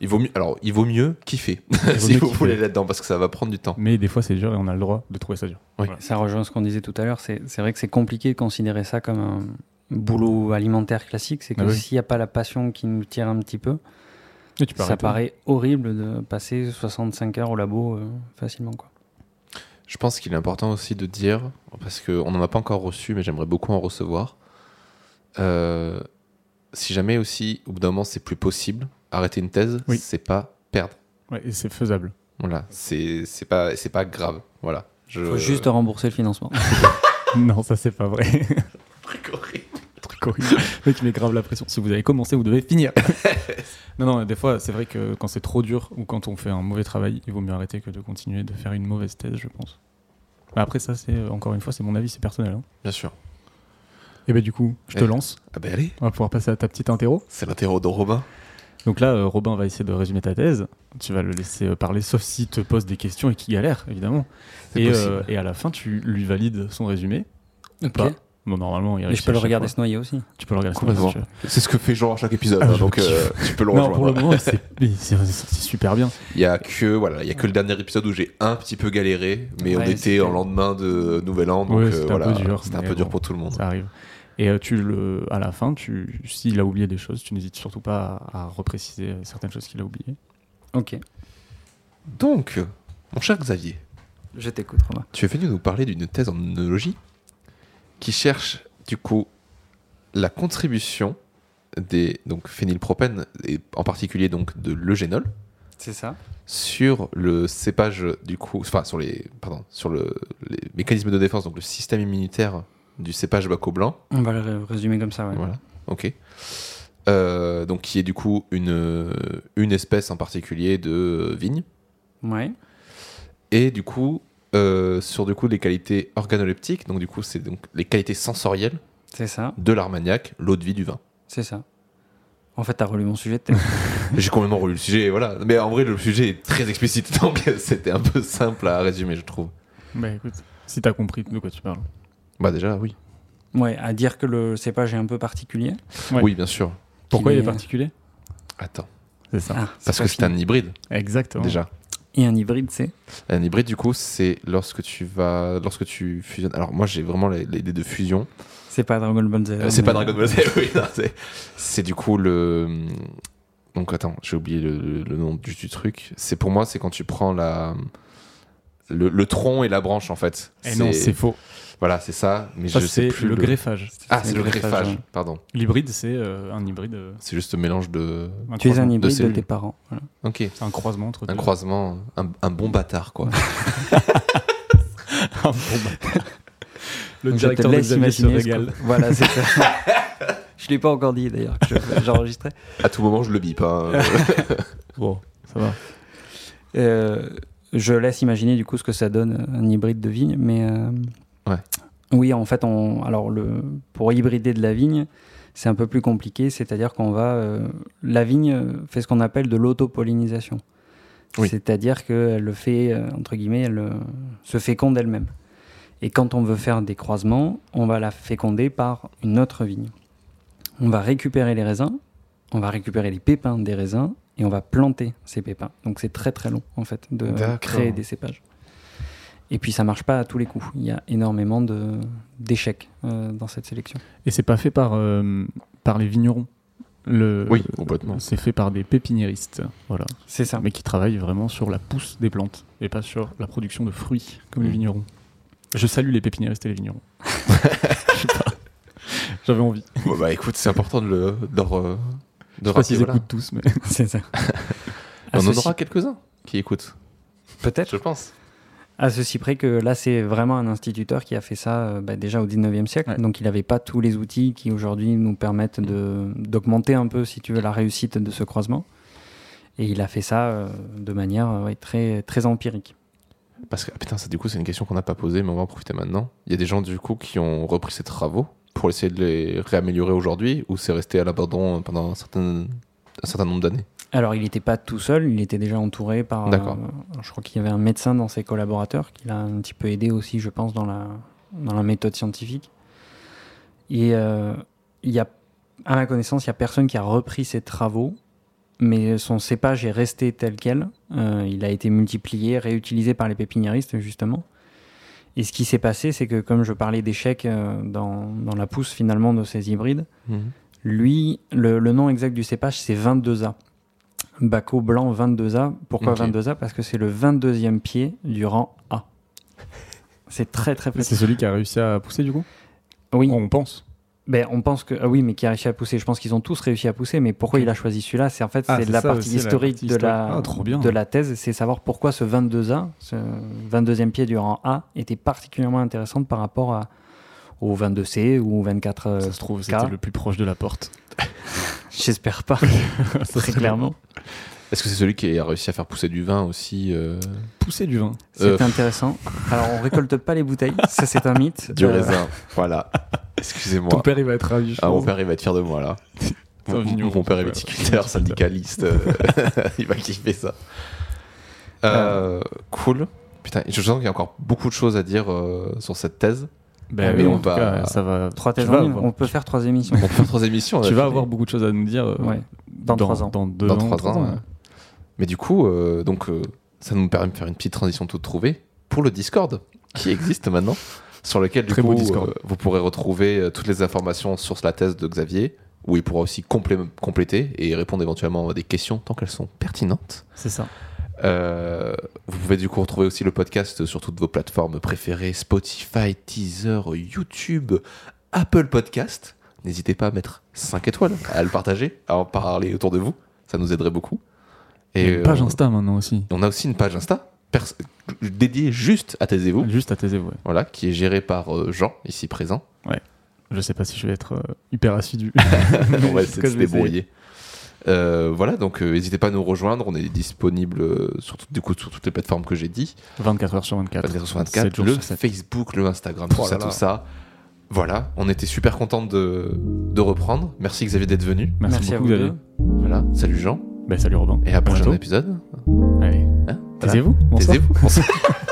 Speaker 1: il vaut mieux, alors il vaut mieux kiffer
Speaker 2: vaut
Speaker 1: (laughs) si
Speaker 2: mieux
Speaker 1: vous
Speaker 2: kiffer.
Speaker 1: voulez là-dedans parce que ça va prendre du temps.
Speaker 2: Mais des fois, c'est dur et on a le droit de trouver ça dur.
Speaker 3: même. Ça rejoint ce qu'on disait tout à l'heure. C'est c'est vrai que c'est compliqué de considérer ça comme un boulot alimentaire classique. C'est que
Speaker 2: Ah oui.
Speaker 3: s'il n'y a pas la passion qui nous tire un petit peu,
Speaker 2: Et tu peux
Speaker 3: ça
Speaker 2: arrêter.
Speaker 3: paraît horrible de passer 65 heures au labo euh, facilement. Quoi.
Speaker 1: Je pense qu'il est important aussi de dire, parce qu'on n'en a pas encore reçu, mais j'aimerais beaucoup en recevoir, euh, si jamais aussi, au bout d'un moment, c'est plus possible, arrêter une thèse,
Speaker 2: Oui.
Speaker 1: c'est pas perdre.
Speaker 2: Ouais, et c'est faisable. (laughs)
Speaker 1: Voilà, c'est c'est pas, c'est pas grave. Voilà. Je...
Speaker 3: Faut juste rembourser le financement.
Speaker 2: non, ça, c'est pas vrai.
Speaker 1: Ricoré.
Speaker 2: truc (laughs) horrible. Le mec, il met grave la pression. Si vous avez commencé, vous devez (laughs) finir. non, non, des fois, c'est vrai que quand c'est trop dur ou quand on fait un mauvais travail, il vaut mieux arrêter que de continuer de faire une mauvaise thèse, je pense. Mais après, ça, c'est euh, encore une fois, c'est mon avis, c'est personnel. hein.
Speaker 1: Bien sûr.
Speaker 2: Et ben du coup, je te
Speaker 1: Eh.
Speaker 2: lance.
Speaker 1: Ah ben allez,
Speaker 2: On va pouvoir passer à ta petite interro.
Speaker 1: c'est l'interro de Robin.
Speaker 2: Donc là, euh, Robin va essayer de résumer ta thèse. Tu vas le laisser euh, parler, sauf s'il te pose des questions et qu'il galère, évidemment.
Speaker 1: C'est
Speaker 2: Et,
Speaker 1: possible.
Speaker 2: euh, et à la fin, tu lui valides son résumé.
Speaker 3: (laughs) Ok.
Speaker 2: Pas. Bon, normalement, il
Speaker 3: Mais je
Speaker 2: réussit
Speaker 3: peux
Speaker 2: à
Speaker 3: le
Speaker 2: chaque
Speaker 3: regarder
Speaker 2: fois.
Speaker 3: se noyer aussi.
Speaker 2: Tu peux le regarder.
Speaker 1: Complètement.
Speaker 2: si tu veux.
Speaker 1: C'est ce que fait Jean à chaque épisode,
Speaker 2: Ah,
Speaker 1: hein,
Speaker 2: je
Speaker 1: donc euh, tu peux le
Speaker 2: Non, pour le
Speaker 1: rejoindre.
Speaker 2: moment, c'est mais c'est- c'est sorti super bien.
Speaker 1: Il y a que voilà, il y a que le dernier épisode où j'ai un petit peu galéré, mais on
Speaker 3: Ouais,
Speaker 1: était en
Speaker 3: c'était-
Speaker 1: lendemain de Nouvel An, donc
Speaker 2: Ouais,
Speaker 1: euh,
Speaker 2: c'était un
Speaker 1: voilà,
Speaker 2: peu dur,
Speaker 1: c'était un
Speaker 2: mais
Speaker 1: peu dur
Speaker 2: bon.
Speaker 1: pour tout le monde.
Speaker 2: Ça arrive. Et euh, tu le, à la fin, tu, s'il a oublié des choses, tu n'hésites surtout pas à, à repréciser euh, certaines choses qu'il a oubliées.
Speaker 3: Ok,
Speaker 1: Donc, mon cher Xavier,
Speaker 3: je t'écoute. Romain.
Speaker 1: Tu es venu nous parler d'une thèse en œnologie qui cherche du coup la contribution des donc phénylpropène et en particulier donc de l'eugénol
Speaker 3: C'est ça.
Speaker 1: sur le cépage du coup enfin sur les pardon sur le les mécanismes de défense donc le système immunitaire du cépage baco blanc
Speaker 3: On va le ré- résumer comme ça. ouais.
Speaker 1: voilà ok Euh, donc qui est du coup une une espèce en particulier de vigne
Speaker 3: Ouais.
Speaker 1: et du coup euh, sur du coup les qualités organoleptiques donc du coup c'est donc les qualités sensorielles
Speaker 3: C'est ça.
Speaker 1: de l'armagnac, l'eau de vie du vin. (laughs)
Speaker 3: C'est ça. En fait, t'as relu mon sujet de thèse.
Speaker 1: J'ai complètement relu le sujet, voilà. Mais en vrai, le sujet est très explicite, (laughs) donc euh, c'était un peu simple à résumer, je trouve.
Speaker 2: Bah écoute, si t'as compris de quoi tu parles.
Speaker 1: Bah déjà, oui.
Speaker 3: (laughs) ouais, à dire que le cépage est un peu particulier.
Speaker 2: Ouais.
Speaker 1: Oui, bien sûr.
Speaker 2: Pourquoi il
Speaker 3: Qu'il
Speaker 2: est
Speaker 3: est-
Speaker 2: particulier
Speaker 1: Attends.
Speaker 2: C'est ça.
Speaker 3: Ah,
Speaker 1: Parce
Speaker 3: pas
Speaker 1: que c'est
Speaker 3: fini.
Speaker 1: un hybride,
Speaker 2: Ah. Exactement.
Speaker 1: déjà.
Speaker 3: Et un hybride, c'est.
Speaker 1: Un hybride, du coup, c'est lorsque tu vas... Lorsque tu fusionnes... Alors moi, j'ai vraiment les- les- l'idée de fusion.
Speaker 3: C'est pas Dragon Ball Z.
Speaker 1: Euh, c'est
Speaker 3: mais-
Speaker 1: pas Dragon Ball Z, (laughs) oui. non, c'est- C'est du coup le... Donc attends, j'ai oublié le, le- le nom du, du truc. C'est pour moi, c'est quand tu prends la... Le, le tronc et la branche, en fait.
Speaker 2: Et Eh non, c'est faux.
Speaker 1: Voilà, c'est Eh ça. Mais
Speaker 2: Ça,
Speaker 1: je sais
Speaker 2: c'est
Speaker 1: plus
Speaker 2: le, greffage.
Speaker 1: Ah, c'est le
Speaker 3: greffage,
Speaker 1: greffage,
Speaker 3: ouais.
Speaker 1: pardon.
Speaker 2: L'hybride, c'est euh, un hybride. euh,
Speaker 1: C'est juste un mélange de.
Speaker 2: un
Speaker 3: Tu es un
Speaker 2: croisement.
Speaker 1: De
Speaker 3: hybride de,
Speaker 1: cellules.
Speaker 3: tes parents. voilà.
Speaker 1: Ok.
Speaker 2: C'est un croisement entre
Speaker 1: Un
Speaker 2: deux.
Speaker 1: croisement, un, un bon bâtard, quoi.
Speaker 2: Ah, bon, bah. Le
Speaker 3: Donc, je te
Speaker 2: directeur de
Speaker 3: laisse
Speaker 2: Xavier se
Speaker 3: imaginer ce
Speaker 2: régale.
Speaker 3: qu'on- (laughs) Voilà, c'est ça. je l'ai pas encore dit d'ailleurs. que je- J'enregistrais.
Speaker 1: à tout moment, je le bip. Hein.
Speaker 2: Bon, ça va.
Speaker 3: Euh, je laisse imaginer du coup ce que ça donne euh, un hybride de vigne, mais euh,
Speaker 1: Ouais.
Speaker 3: oui, en fait, on, alors le, pour hybrider de la vigne, c'est un peu plus compliqué, c'est-à-dire qu'on va, euh, la vigne euh, fait ce qu'on appelle de l'autopollinisation,
Speaker 1: Oui.
Speaker 3: c'est-à-dire qu'elle le fait euh, entre guillemets, elle euh, se féconde elle-même. Et quand on veut faire des croisements, on va la féconder par une autre vigne. On va récupérer les raisins, on va récupérer les pépins des raisins et on va planter ces pépins. Donc c'est très très long en fait de
Speaker 1: D'accord.
Speaker 3: créer des cépages. Et puis ça marche pas à tous les coups. Il y a énormément de- d'échecs euh, dans cette sélection.
Speaker 2: Et c'est pas fait par, euh, par les vignerons. Le,
Speaker 1: (laughs) Oui, complètement.
Speaker 2: C'est fait par des pépiniéristes. Voilà.
Speaker 3: C'est ça.
Speaker 2: mais qui travaille vraiment sur la pousse des plantes et pas sur la production de fruits comme les
Speaker 1: Mm.
Speaker 2: vignerons. Je salue les pépiniéristes et
Speaker 1: (laughs)
Speaker 2: les vignerons. Je sais pas. J'avais envie. Je
Speaker 1: Bon, bah écoute, c'est important de le. De, re- de
Speaker 2: sais pas
Speaker 1: rappeler,
Speaker 2: s'ils
Speaker 1: voilà.
Speaker 2: écoutent
Speaker 1: (laughs)
Speaker 2: tous, mais
Speaker 3: C'est ça.
Speaker 1: On
Speaker 3: À
Speaker 1: en
Speaker 3: ceci-
Speaker 1: aura quelques-uns qui écoutent,
Speaker 3: Peut-être.
Speaker 1: je pense.
Speaker 3: À ceci près que là, c'est vraiment un instituteur qui a fait ça euh, bah, déjà au 19e siècle.
Speaker 2: Ouais.
Speaker 3: Donc, il n'avait pas tous les outils qui aujourd'hui nous permettent de- d'augmenter un peu, si tu veux, la réussite de ce croisement. Et il a fait ça euh, de manière euh, ouais, très, très empirique.
Speaker 1: Parce que, ah, putain, ça, du coup, c'est une question qu'on n'a pas posée, mais on va en profiter maintenant. Il y a des gens, du coup, qui ont repris ces travaux pour essayer de les réaméliorer aujourd'hui, ou c'est resté à l'abandon pendant un certain, un certain nombre d'années
Speaker 3: Alors, il n'était pas tout seul, il était déjà entouré par.
Speaker 1: D'accord.
Speaker 3: euh, je crois qu'il y avait un médecin dans ses collaborateurs qui l'a un petit peu aidé aussi, je pense, dans la, dans la méthode scientifique. Et euh, il y a, à ma connaissance, il n'y a personne qui a repris ses travaux, mais son cépage est resté tel quel. Euh, il a été multiplié, réutilisé par les pépiniéristes, justement. Et ce qui s'est passé, c'est que, comme je parlais d'échecs euh, dans, dans la pousse finalement de ces hybrides,
Speaker 2: Mhm.
Speaker 3: lui, le, le nom exact du cépage, c'est 22A. Baco blanc 22A. Pourquoi
Speaker 1: Ok.
Speaker 3: 22A Parce que c'est le 22e pied du rang A. (laughs) C'est très très
Speaker 2: C'est
Speaker 3: précis.
Speaker 2: celui qui a réussi à pousser, du coup
Speaker 3: Oui,
Speaker 2: On pense.
Speaker 3: ben, on pense que. Ah oui, mais qui a réussi à pousser. Je pense qu'ils ont tous réussi à pousser, mais pourquoi
Speaker 2: Ok.
Speaker 3: il a choisi celui-là C'est en fait
Speaker 2: Ah,
Speaker 3: c'est
Speaker 2: c'est
Speaker 3: la
Speaker 2: ça
Speaker 3: partie
Speaker 2: aussi, la
Speaker 3: historique,
Speaker 2: partie
Speaker 3: de, la,
Speaker 2: historique. Ah, trop bien.
Speaker 3: de la thèse, c'est savoir pourquoi ce 22A, ce 22e pied du rang A, était particulièrement intéressante par rapport à, au 22C ou au 24. euh,
Speaker 2: ça se trouve,
Speaker 3: K.
Speaker 2: c'était le plus proche de la porte.
Speaker 3: J'espère pas,
Speaker 2: Ça
Speaker 3: (laughs) très
Speaker 2: serait
Speaker 3: clairement.
Speaker 1: Est-ce que c'est celui qui a réussi à faire pousser du vin aussi euh,
Speaker 2: Pousser du vin.
Speaker 3: C'est
Speaker 1: Euh.
Speaker 3: intéressant. Alors, on récolte pas les bouteilles, ça c'est un mythe.
Speaker 1: Du
Speaker 2: (laughs)
Speaker 3: Euh,
Speaker 1: raisin. Voilà.
Speaker 2: Ton
Speaker 1: (laughs) Excusez-moi.
Speaker 2: père, il va être ravi. je
Speaker 1: Ah, mon
Speaker 2: pense.
Speaker 1: père, il va être fier de moi là.
Speaker 2: C'est un
Speaker 1: Mon,
Speaker 2: vigneron.
Speaker 1: mon père est
Speaker 2: Ouais,
Speaker 1: viticulteur,
Speaker 2: ouais.
Speaker 1: syndicaliste. euh, (laughs) il va kiffer ça. Euh, Cool. Putain, je sens qu'il y a encore beaucoup de choses à dire euh, sur cette thèse.
Speaker 2: Ben
Speaker 1: Ah, Mais
Speaker 2: oui,
Speaker 1: on
Speaker 2: en tout
Speaker 1: va-
Speaker 2: cas, ça va.
Speaker 3: Trois
Speaker 2: tu
Speaker 3: thèses
Speaker 2: vas
Speaker 3: en ligne,
Speaker 2: avoir-
Speaker 3: on peut faire trois émissions
Speaker 1: On peut faire trois émissions. on a
Speaker 2: Tu vas
Speaker 1: fini.
Speaker 2: avoir beaucoup de choses à nous dire euh,
Speaker 3: Ouais, dans trois ans.
Speaker 2: Dans deux
Speaker 1: Dans
Speaker 2: ans.
Speaker 1: trois
Speaker 2: trois
Speaker 1: ans, ouais. Mais du coup, euh, donc, euh, ça nous permet de faire une petite transition toute trouvée pour le Discord qui existe (laughs) maintenant, sur lequel du
Speaker 2: Très beau
Speaker 1: coup,
Speaker 2: Discord.
Speaker 1: euh, vous pourrez retrouver euh, toutes les informations sur la thèse de Xavier, où il pourra aussi complé- compléter et répondre éventuellement à des questions tant qu'elles sont pertinentes.
Speaker 2: C'est ça.
Speaker 1: Euh, vous pouvez du coup retrouver aussi le podcast sur toutes vos plateformes préférées Spotify, Teaser, YouTube, Apple Podcast. N'hésitez pas à mettre 5 étoiles, à le partager, à en parler autour de vous. Ça nous aiderait beaucoup.
Speaker 2: Et
Speaker 1: euh,
Speaker 2: une page Insta maintenant aussi.
Speaker 1: on a aussi une page Insta pers- dédiée juste à Taisez-vous,
Speaker 2: Juste à tes ouais.
Speaker 1: voilà, qui est gérée par euh, Jean, ici
Speaker 2: (laughs)
Speaker 1: présent.
Speaker 2: Je sais pas si je vais être euh, hyper
Speaker 1: (laughs)
Speaker 2: assidu.
Speaker 1: on va
Speaker 2: En
Speaker 1: essayer de
Speaker 2: tout cas,
Speaker 1: se
Speaker 2: je vais
Speaker 1: débrouiller. Euh, voilà, donc euh, n'hésitez pas à nous rejoindre. On est disponible euh, sur, tout- du coup, sur toutes les plateformes que j'ai dit.
Speaker 2: 24 heures sur 24.
Speaker 1: 24 sur
Speaker 2: 7
Speaker 1: 24,
Speaker 2: jours
Speaker 1: le
Speaker 2: sur 7.
Speaker 1: Facebook, le Instagram,
Speaker 2: Oh
Speaker 1: tout
Speaker 2: là
Speaker 1: ça,
Speaker 2: là.
Speaker 1: tout ça. Voilà, on était super contents de, de reprendre. Merci Xavier d'être venu.
Speaker 2: Merci,
Speaker 3: Merci à
Speaker 2: beaucoup,
Speaker 3: vous
Speaker 2: Xavier.
Speaker 3: deux.
Speaker 1: Voilà, salut Jean.
Speaker 2: Ben, salut Robin.
Speaker 1: Et à, prochain
Speaker 2: bientôt.
Speaker 1: épisode.
Speaker 2: Allez.
Speaker 1: Hein Voilà.
Speaker 2: Taisez-vous. bonsoir.
Speaker 1: Taisez-vous. Bonsoir.